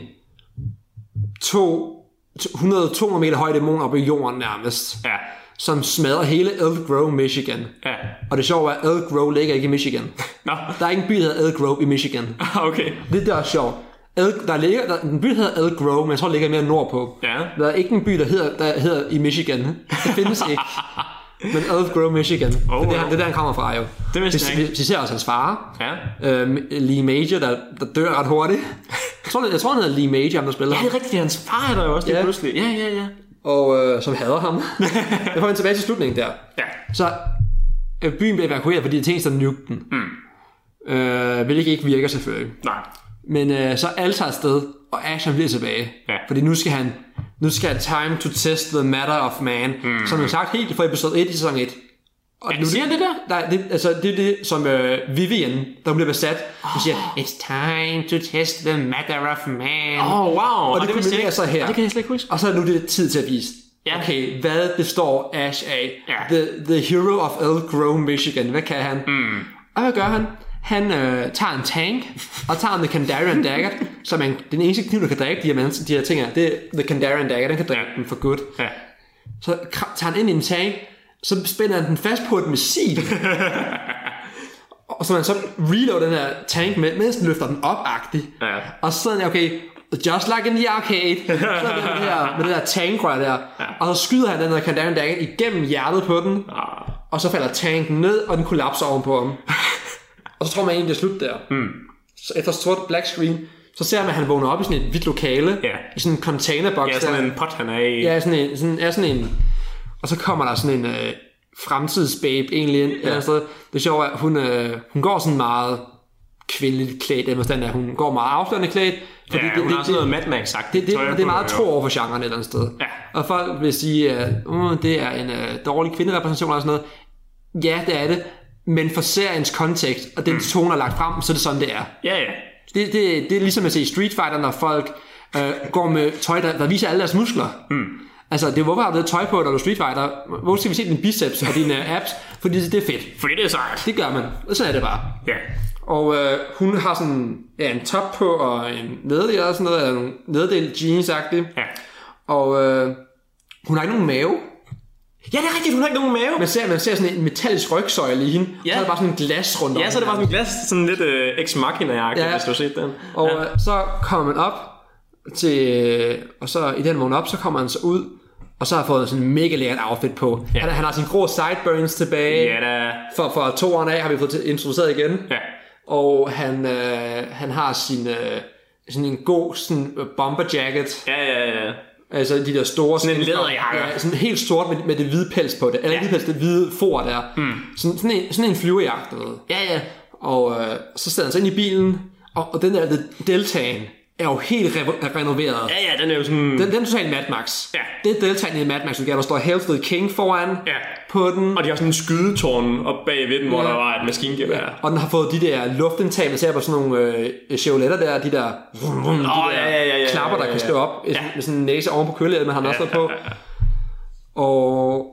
Speaker 4: to, 100-200 meter høj dæmon op i jorden nærmest,
Speaker 5: Ja.
Speaker 4: som smadrer hele Elk Grove, Michigan.
Speaker 5: Ja.
Speaker 4: Og det sjove er, at Elk Grove ligger ikke i Michigan.
Speaker 5: Nå,
Speaker 4: Der er ikke en by, der hedder Elk Grove i Michigan.
Speaker 5: okay.
Speaker 4: Det der er sjovt. Elk, der ligger, der, en by der hedder Elk Grove, men jeg tror, det ligger mere nordpå.
Speaker 5: Ja.
Speaker 4: Der er ikke en by, der hedder, der hedder i Michigan. Det findes ikke. Men Elk Grove, Michigan. Oh, det, er, der-
Speaker 5: wow.
Speaker 4: det er der, han kommer fra, jo.
Speaker 5: Det vidste jeg
Speaker 4: vi,
Speaker 5: ikke.
Speaker 4: vi, vi ser også hans far.
Speaker 5: Ja.
Speaker 4: Øhm, Lee Major, der, der dør ret hurtigt. Jeg tror, jeg tror han hedder Lee Major, ham der spiller.
Speaker 5: Ja, det er rigtigt, hans far er der jo også lige
Speaker 4: Ja.
Speaker 5: pludselig. Ja, ja, ja.
Speaker 4: Og øh, som hader ham. jeg får en tilbage til slutningen der.
Speaker 5: Ja,
Speaker 4: Så øh, byen bliver evakueret, fordi det er tænkt at nuke den. Mm. Øh, hvilket ikke virker selvfølgelig.
Speaker 5: nej.
Speaker 4: Men øh, så er alle tager afsted, og Ash han bliver tilbage.
Speaker 5: Ja.
Speaker 4: Fordi nu skal han, nu skal han time to test the matter of man, mm. som jeg har sagt helt fra episode 1 i sæson 1. Og
Speaker 5: Ja, siger han det der?
Speaker 4: Nej, det, altså, det er det, som øh, Vivian, der bliver besat, hun siger, It's time to test the matter of man.
Speaker 5: Ah. Åh, oh, wow.
Speaker 4: og det
Speaker 5: vidste jeg
Speaker 4: kulminerer
Speaker 5: ikke.
Speaker 4: så her.
Speaker 5: Og det kan jeg slet ikke huske.
Speaker 4: Og så er nu det tid til at vise,
Speaker 5: Ja.
Speaker 4: okay, hvad består Ash af?
Speaker 5: Ja.
Speaker 4: The, the hero of El Grove, Michigan. Hvad kan han? Mm. Og hvad gør han? Han øh, tager en tank, og tager The Kandarian Dagger, som er en, den eneste kniv, der kan dræbe de her, mennesker, de her ting her. Det er The Kandarian Dagger, den kan dræbe
Speaker 5: Ja.
Speaker 4: dem for godt.
Speaker 5: Ja.
Speaker 4: Så kra- tager han ind i en tank, så spænder han den fast på et missil. og så man så reloader den her tank med, mens den løfter den op -agtigt.
Speaker 5: Ja.
Speaker 4: Og så sidder han, okay, just like in the arcade, så er det med, det her, med det der tankrør der. Ja. Og så skyder han den der Kandarian Dagger igennem hjertet på den,
Speaker 5: Ah.
Speaker 4: og så falder tanken ned, og den kollapser ovenpå ham. og så tror man egentlig, det er slut der. Mm. Så efter sort black screen, så ser man, at han vågner op i sådan et hvidt lokale,
Speaker 5: Ja.
Speaker 4: i sådan en containerboks.
Speaker 5: Ja,
Speaker 4: der.
Speaker 5: sådan en pot, han er i.
Speaker 4: Altså- Ja, sådan en, sådan, er sådan en... Og så kommer der sådan en øh, fremtidsbabe egentlig ind. Ja. Altså, det er sjovt, at hun, øh, hun går sådan meget kvindeligt klædt, eller sådan, at hun går meget afstående klædt.
Speaker 5: Ja,
Speaker 4: fordi
Speaker 5: hun har sådan noget Mad Max-agtigt
Speaker 4: det, det,
Speaker 5: tøj
Speaker 4: det er
Speaker 5: på,
Speaker 4: meget
Speaker 5: jo.
Speaker 4: tro over for genren et eller andet sted.
Speaker 5: Ja.
Speaker 4: Og folk vil sige, at uh, det er en uh, dårlig kvinderepræsentation eller sådan noget. Ja, det er det. Men for seriens kontekst og den mm. tone, der er lagt frem, så er det sådan, det er.
Speaker 5: Ja, ja.
Speaker 4: Det, det, det er ligesom at se Street Fighter, når folk øh, går med tøj, der, der viser alle deres muskler. Mm. Altså, det er, hvorfor har du det tøj på, når du er Street Fighter? Hvor skal vi se dine biceps og dine øh, abs? Fordi det, det er fedt.
Speaker 5: Fordi det er sejt.
Speaker 4: Det gør man. Og sådan er det bare.
Speaker 5: Ja.
Speaker 4: Og øh, hun har sådan ja, en top på og en neddel og sådan noget, eller nogle neddelt jeans -agtigt.
Speaker 5: Ja.
Speaker 4: Og øh, hun har ikke nogen mave.
Speaker 5: Ja, det er rigtigt, hun har ikke nogen mave.
Speaker 4: Man ser, man ser sådan en metallisk rygsøjle i hende, ja. og så
Speaker 5: Ja.
Speaker 4: er der bare sådan en glas rundt om
Speaker 5: Ja, så er det
Speaker 4: hende.
Speaker 5: bare sådan en glas, sådan lidt øh, ex machina ja.
Speaker 4: Ja.
Speaker 5: hvis du har set den.
Speaker 4: Og øh, så kommer man op til, øh, og så i den vågen op, så kommer han så ud, og så har han fået sådan en mega lækkert outfit på. Ja. Han, han har sin grå sideburns tilbage.
Speaker 5: Ja, da.
Speaker 4: For, for toeren af har vi fået til- introduceret igen.
Speaker 5: Ja.
Speaker 4: Og han, øh, han har sin, øh, sådan en god sådan, øh, bomber jacket.
Speaker 5: Ja, ja, ja.
Speaker 4: Altså de der store... Sådan
Speaker 5: en læderjakke.
Speaker 4: Ja, sådan helt sort med, med det hvide pels på det. Eller ikke hvide pels, det hvide for der. Mm. Sådan, sådan, en, sådan en flyvejagt, du ved.
Speaker 5: Hmm. Ja, ja.
Speaker 4: Og øh, så sidder han så ind i bilen, og, og den der deltagen er jo helt re- renoveret.
Speaker 5: Ja, ja, den er jo sådan...
Speaker 4: Den, den er totalt Mad Max.
Speaker 5: Ja.
Speaker 4: Det er deltagen i Mad Max, der står Hellfleet King foran
Speaker 5: Ja.
Speaker 4: på den.
Speaker 5: Og de har sådan en skydetårn op bag ved den, hvor
Speaker 4: Ja.
Speaker 5: der var et maskingevær.
Speaker 4: Og den har fået de der luftindtag, man ser på sådan nogle øh, Chevroletter der, de der, vrum, vrum, de
Speaker 5: Åh,
Speaker 4: der
Speaker 5: ja, ja, ja, ja,
Speaker 4: klapper, der
Speaker 5: ja,
Speaker 4: kan
Speaker 5: ja.
Speaker 4: stå op ja. med sådan en næse oven på køleelmen, har han også ja, på. Og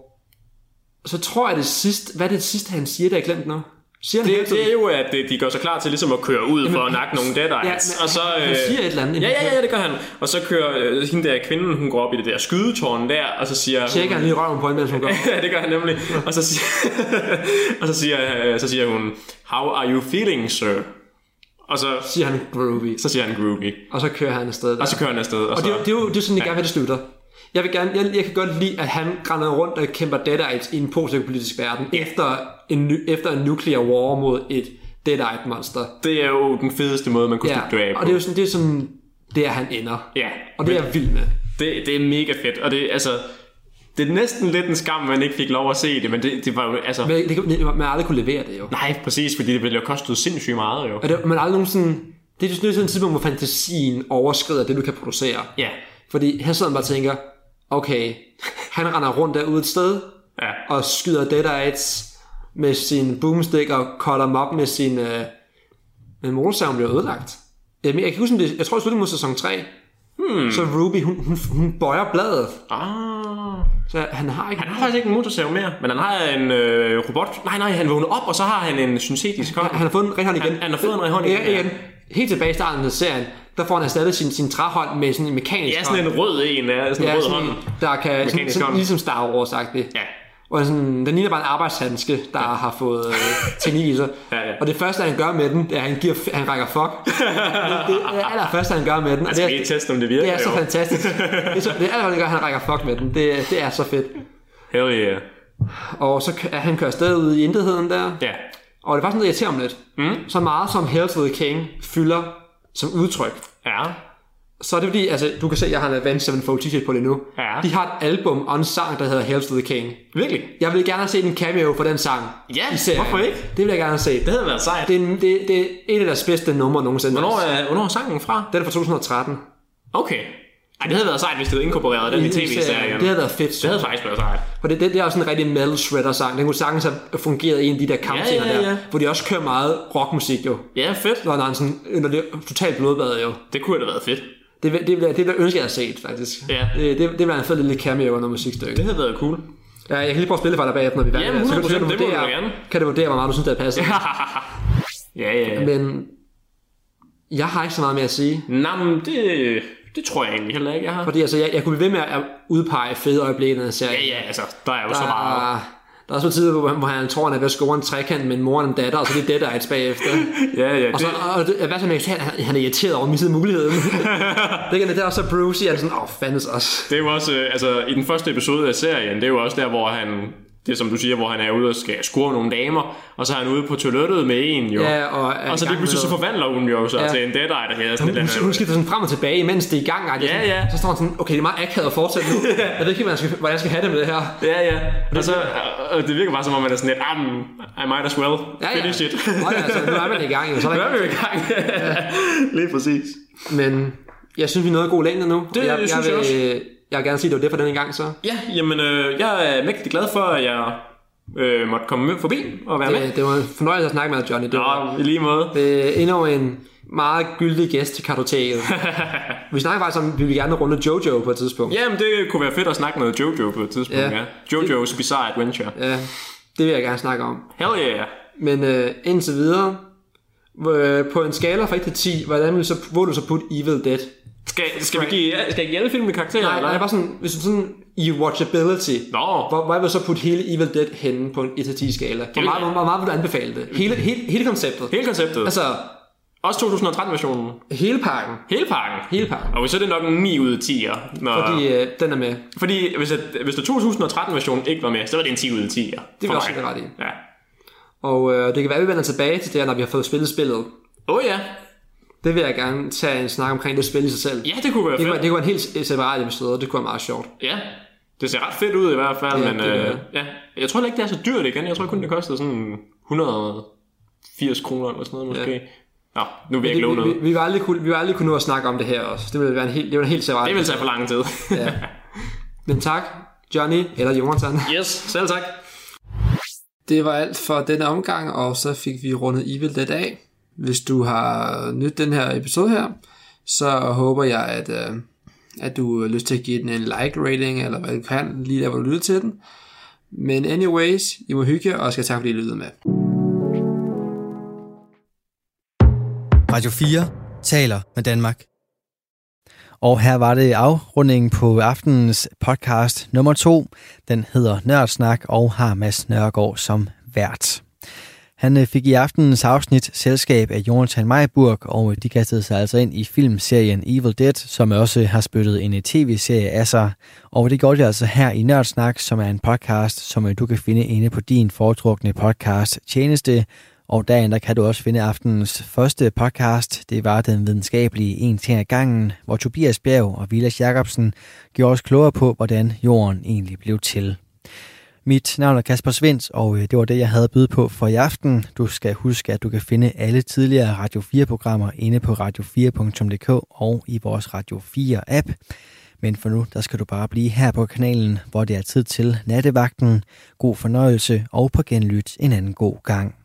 Speaker 4: så tror jeg det sidste, hvad er det sidste, han siger, der er glemt nu?
Speaker 2: Siger han
Speaker 5: Det,
Speaker 2: hele tiden?
Speaker 5: det er jo, at øh, de går så klar til ligesom at køre ud Jamen, for at nakke nogle dead
Speaker 2: ja,
Speaker 5: eyes.
Speaker 2: men
Speaker 5: og så, øh,
Speaker 2: han- han siger et eller andet i
Speaker 5: Ja,
Speaker 2: hvert
Speaker 5: ja,
Speaker 2: fald.
Speaker 5: ja, det gør han. Og så kører øh, hende der kvinden, hun går op i det der skydetårn der, og så siger...
Speaker 4: Tjekker han lige røven på en, mens hun går.
Speaker 5: Ja, det gør han nemlig. Og så siger, og så siger, øh, så siger hun, How are you feeling, sir? Og så,
Speaker 4: Siger han groovy.
Speaker 5: så siger han groovy.
Speaker 4: Og så kører han afsted der.
Speaker 5: Og så kører han afsted. Og,
Speaker 4: Og det, er jo-
Speaker 5: så,
Speaker 4: det, er jo, det er jo sådan, jeg gerne vil, det slutter. Jeg, vil gerne, jeg, jeg kan godt lide, at han grænder rundt og kæmper Dead Eyes i en politisk verden, efter en, nu- efter en nuclear war mod et Dead Eyed monster.
Speaker 5: det er jo den fedeste måde, man kunne ja, dø af på.
Speaker 4: og det er jo sådan, det er sådan, der han ender.
Speaker 5: Ja,
Speaker 4: Og det er
Speaker 5: men-
Speaker 4: jeg vild med.
Speaker 5: Det, det er mega fedt, og det, altså, det er næsten lidt en skam, man ikke fik lov at se det, men det, det var jo, altså...
Speaker 4: Men det kan, man har aldrig kunne levere det jo.
Speaker 5: Nej, præcis, fordi det ville jo kostet sindssygt meget, jo.
Speaker 4: Og det, man har aldrig nogensinde... Det er sådan et tidspunkt, hvor fantasien overskrider det, du kan producere.
Speaker 5: Ja,
Speaker 4: Fordi her sidder man bare og tænker, okay, han render rundt derude et sted,
Speaker 5: ja.
Speaker 4: og skyder Dead Eyes med sin boomstick og cutter dem op med sin... Øh, men motorsaven bliver ødelagt. Jeg, jeg kan ikke huske, om det, jeg tror, det slutter mod sæson 3. Hmm. Så Ruby, hun, hun, hun bøjer bladet.
Speaker 5: Ah,
Speaker 4: Så han har ikke...
Speaker 5: han har faktisk ikke en motorsav mere, men han har en øh, robot. Nej, nej, han vågner op, og så har han en syntetisk hånd.
Speaker 4: Han har fået en ren hånd igen.
Speaker 5: Han- han har fået en ren hånd igen,
Speaker 4: Ja,
Speaker 5: ja.
Speaker 4: igen. Helt tilbage i starten af serien, der får han erstattet sin, sin træhånd med sådan en mekanisk
Speaker 5: Ja, sådan en rød en, ja, sådan en ja, rød
Speaker 4: sådan,
Speaker 5: hånd.
Speaker 4: en, der kan sådan,
Speaker 5: Mekanisk
Speaker 4: sådan,
Speaker 5: hånd.
Speaker 4: ligesom Star Wars -agtig.
Speaker 5: Ja.
Speaker 4: Og sådan, den ligner bare en arbejdshandske, der ja. har fået øh, teknik i sig.
Speaker 5: Ja, ja.
Speaker 4: Og det første, han gør med den, det er, at han, giver, f- han rækker fuck. det, det er det allerførste, han gør med den. Og det,
Speaker 5: Altså, Skal vi
Speaker 4: er,
Speaker 5: ikke teste, om det virker,
Speaker 4: det er så
Speaker 5: jo?
Speaker 4: fantastisk. Det er, så, det er allerførste, han gør, at han rækker fuck med den. Det, det er så fedt.
Speaker 5: Hell yeah.
Speaker 4: Og så kø- er han kører stadig ud i intetheden der.
Speaker 5: Ja,
Speaker 4: Og det er faktisk noget, jeg irriterer mig lidt. Mm. Så meget som Hail to the King fylder som udtryk.
Speaker 5: ja.
Speaker 4: Så er det fordi, altså, du kan se, at jeg har en Avenged Sevenfold t-shirt på lige nu.
Speaker 5: Ja.
Speaker 4: De har et album og en sang, der hedder Hail to the King.
Speaker 5: Virkelig?
Speaker 4: Jeg ville gerne have set en cameo for den sang.
Speaker 5: Ja,
Speaker 4: i serien.
Speaker 5: hvorfor ikke?
Speaker 4: Det ville jeg gerne have set.
Speaker 5: Det havde været sejt.
Speaker 4: Det er, en- det, det er et af deres bedste numre nogensinde.
Speaker 5: Hvornår, er, hvornår er sangen fra?
Speaker 4: Den er fra 2013.
Speaker 5: Okay. Ej, det havde været sejt, hvis de havde inkorporeret den i tv-serien.
Speaker 4: Det havde været fedt.
Speaker 5: det havde faktisk været sejt.
Speaker 4: For det, det, det er også en rigtig metal shredder sang. Den kunne sagtens have fungeret i en af de der kampscener
Speaker 5: Ja, ja, ja.
Speaker 4: der. Hvor de også kører meget rockmusik jo.
Speaker 5: Ja, fedt.
Speaker 4: Når, når, han sådan, når det er totalt blodbad jo.
Speaker 5: Det kunne have været fedt.
Speaker 4: Det, vil- det, ville, det ville jeg ønske, jeg havde set, faktisk. Øh,
Speaker 5: Ja.
Speaker 4: Det, det, det ville være en fed lille cameo under musikstykket.
Speaker 5: Det havde været cool.
Speaker 4: Ja, jeg kan lige prøve at spille for dig bagefter, når vi er færdige.
Speaker 5: Jamen,
Speaker 4: her. Så kan
Speaker 5: 100%,
Speaker 4: du,
Speaker 5: det må du
Speaker 4: vurdere-
Speaker 5: gerne.
Speaker 4: Kan du vurdere, hvor meget du synes, det passer. Ja.
Speaker 5: Ja, ja. ja.
Speaker 4: Men jeg har ikke så meget mere at sige.
Speaker 5: Nej, men det, det tror jeg egentlig heller ikke, jeg har.
Speaker 4: Fordi altså, jeg, jeg kunne blive ved med at udpege fede øjeblikke i den her serie.
Speaker 5: Ja, ja, altså, der er jo
Speaker 4: der,
Speaker 5: så meget.
Speaker 4: der er også tider, hvor han, hvor han tror, han er ved at score en trekant med en mor og en datter, og så er det dead eyes bagefter.
Speaker 5: Ja, ja,
Speaker 4: og så,
Speaker 5: det,
Speaker 4: og det, hvad som helst, han, han er irriteret over, at missede muligheden. det, kan det der, og så Bruce, han er sådan, åh, oh, fandens også.
Speaker 5: det er jo også, øh, altså, i den første episode af serien, det er jo også der, hvor han, det er som du siger, hvor han er ude og skal score nogle damer, og så er han ude på toilettet med en, jo.
Speaker 4: Ja, og er
Speaker 5: og så
Speaker 4: i gang
Speaker 5: lige pludselig
Speaker 4: med
Speaker 5: så
Speaker 4: noget.
Speaker 5: forvandler hun jo så
Speaker 4: Ja.
Speaker 5: ja. til en dead eye, der hedder sådan et
Speaker 4: Hun,
Speaker 5: eller
Speaker 4: hun
Speaker 5: andet.
Speaker 4: skifter sådan frem og tilbage, mens det er i gang. Og det er
Speaker 5: Ja,
Speaker 4: sådan,
Speaker 5: ja.
Speaker 4: Så står han sådan, okay, det er meget akavet at fortsætte nu. Jeg ved ikke, helt, hvad jeg skal, hvordan jeg skal have det med det her.
Speaker 5: Ja, ja. Og så, og- og det virker bare som om, man er sådan lidt, ah, men, I might as well
Speaker 4: Ja, ja.
Speaker 5: finish it.
Speaker 4: Nå ja, altså, nu er man i gang. Jo, så er
Speaker 5: Nu
Speaker 4: der
Speaker 5: er vi jo i gang. Lige præcis.
Speaker 4: Men jeg synes, vi nåede god længde nu. og jeg,
Speaker 5: synes jeg
Speaker 4: jeg,
Speaker 5: også.
Speaker 4: vil, jeg vil gerne sige, at det var det for denne gang så.
Speaker 5: Ja, jamen, øh, jeg er mægtig glad for, at jeg øh, måtte komme med forbi og være med.
Speaker 4: Det, det var en fornøjelse at snakke med dig, Johnny. Det var
Speaker 5: Nå, i lige måde.
Speaker 4: øh, endnu en meget gyldig gæst til kartoteket. vi snakker faktisk om, at vi vil gerne runde Jojo på et tidspunkt.
Speaker 5: Jamen, det kunne være fedt at snakke noget Jojo på et tidspunkt,
Speaker 4: Ja.
Speaker 5: ja. ja. Jojo's Bizarre Adventure. Ja.
Speaker 4: Ja, det vil jeg gerne snakke om.
Speaker 5: Hell yeah.
Speaker 4: Men øh, indtil videre, øh, på en skala fra 1 til 10, hvordan vil så, hvor vil du så putte Evil Dead?
Speaker 5: Skal, skal, vi give, skal jeg give alle filmene karakterer?
Speaker 4: Nej,
Speaker 5: eller?
Speaker 4: nej, bare sådan, hvis du sådan i watchability,
Speaker 5: Nå.
Speaker 4: hvor, hvor vil du så putte hele Evil Dead henne på en 1-10 skala? Hvor
Speaker 5: Hele-
Speaker 4: meget, hvor, hvor meget vil du anbefale det? Hele, hele, hele konceptet?
Speaker 5: Hele konceptet. Altså,
Speaker 4: Altså,
Speaker 5: Også 2013-versionen.
Speaker 4: hele pakken.
Speaker 5: Hele pakken.
Speaker 4: Hele pakken.
Speaker 5: Og så er det nok en 9 ud af 10'er. Når...
Speaker 4: Fordi
Speaker 5: Fordi,
Speaker 4: øh, den er med.
Speaker 5: Fordi hvis, at, hvis der 2013-versionen ikke var med, så var det en 10 ud af 10'er.
Speaker 4: Det
Speaker 5: for
Speaker 4: vil også
Speaker 5: mig.
Speaker 4: være ret i.
Speaker 5: Ja.
Speaker 4: Og øh, det kan være, at vi vender tilbage til det her, når vi har fået spillet spillet.
Speaker 5: Åh oh, ja.
Speaker 4: Det vil jeg gerne tage en snak omkring det spil i sig selv.
Speaker 5: Ja, det kunne være
Speaker 4: Det
Speaker 5: fedt.
Speaker 4: kunne, det kunne være en helt separat episode, og det kunne være meget sjovt.
Speaker 5: Ja, det ser ret fedt ud i hvert fald,
Speaker 4: Ja,
Speaker 5: ja, men
Speaker 4: det gør
Speaker 5: øh,
Speaker 4: det.
Speaker 5: ja. jeg tror heller ikke, det er så dyrt igen. Jeg tror kun, det kostede sådan 180 kroner eller sådan noget måske. Ja. Nå, nu vil jeg ikke love
Speaker 4: Det, vi, vi,
Speaker 5: noget.
Speaker 4: vi, vil aldrig kunne, vi vil aldrig kunne nå at snakke om det her også. Det ville være en helt, det ville være en helt separat.
Speaker 5: Det vil tage for lang tid.
Speaker 4: Ja. Men tak, Johnny eller Jonathan.
Speaker 5: yes, selv tak.
Speaker 4: Det var
Speaker 6: alt for denne omgang, og så fik vi rundet Evil Dead af. Hvis du har nydt den her episode her, så håber jeg, at, øh, at du har lyst til at give den en like rating, eller hvad du kan, lige der hvor du lytter til den. Men anyways, I må hygge, og skal tak fordi I lyttede med.
Speaker 1: Radio 4 taler med Danmark. Og her var det afrundingen på aftenens podcast nummer to. Den hedder Nørdsnak og har Mads Nørgaard som vært. Han øh, fik i aftenens afsnit selskab af Jonathan Majburg, og øh, de kastede sig altså ind i filmserien Evil Dead, som også har spyttet en øh, tv-serie af sig. Og det gjorde de altså her i Nørdsnak, som er en podcast, som øh, du kan finde inde på din foretrukne podcast tjeneste. Og derinde der kan du også finde aftenens første podcast. Det var den videnskabelige En ting ad gangen, hvor Tobias Bjerg og Vilas Jacobsen gjorde os klogere på, hvordan jorden egentlig blev til. Mit navn er Kasper Svens, og øh, det var det, jeg havde at byde på for i aften. Du skal huske, at du kan finde alle tidligere Radio 4-programmer inde på radio4.dk og i vores Radio 4-app. Men for nu, der skal du bare blive her på kanalen, hvor det er tid til nattevagten. God fornøjelse og på genlyt en anden god gang.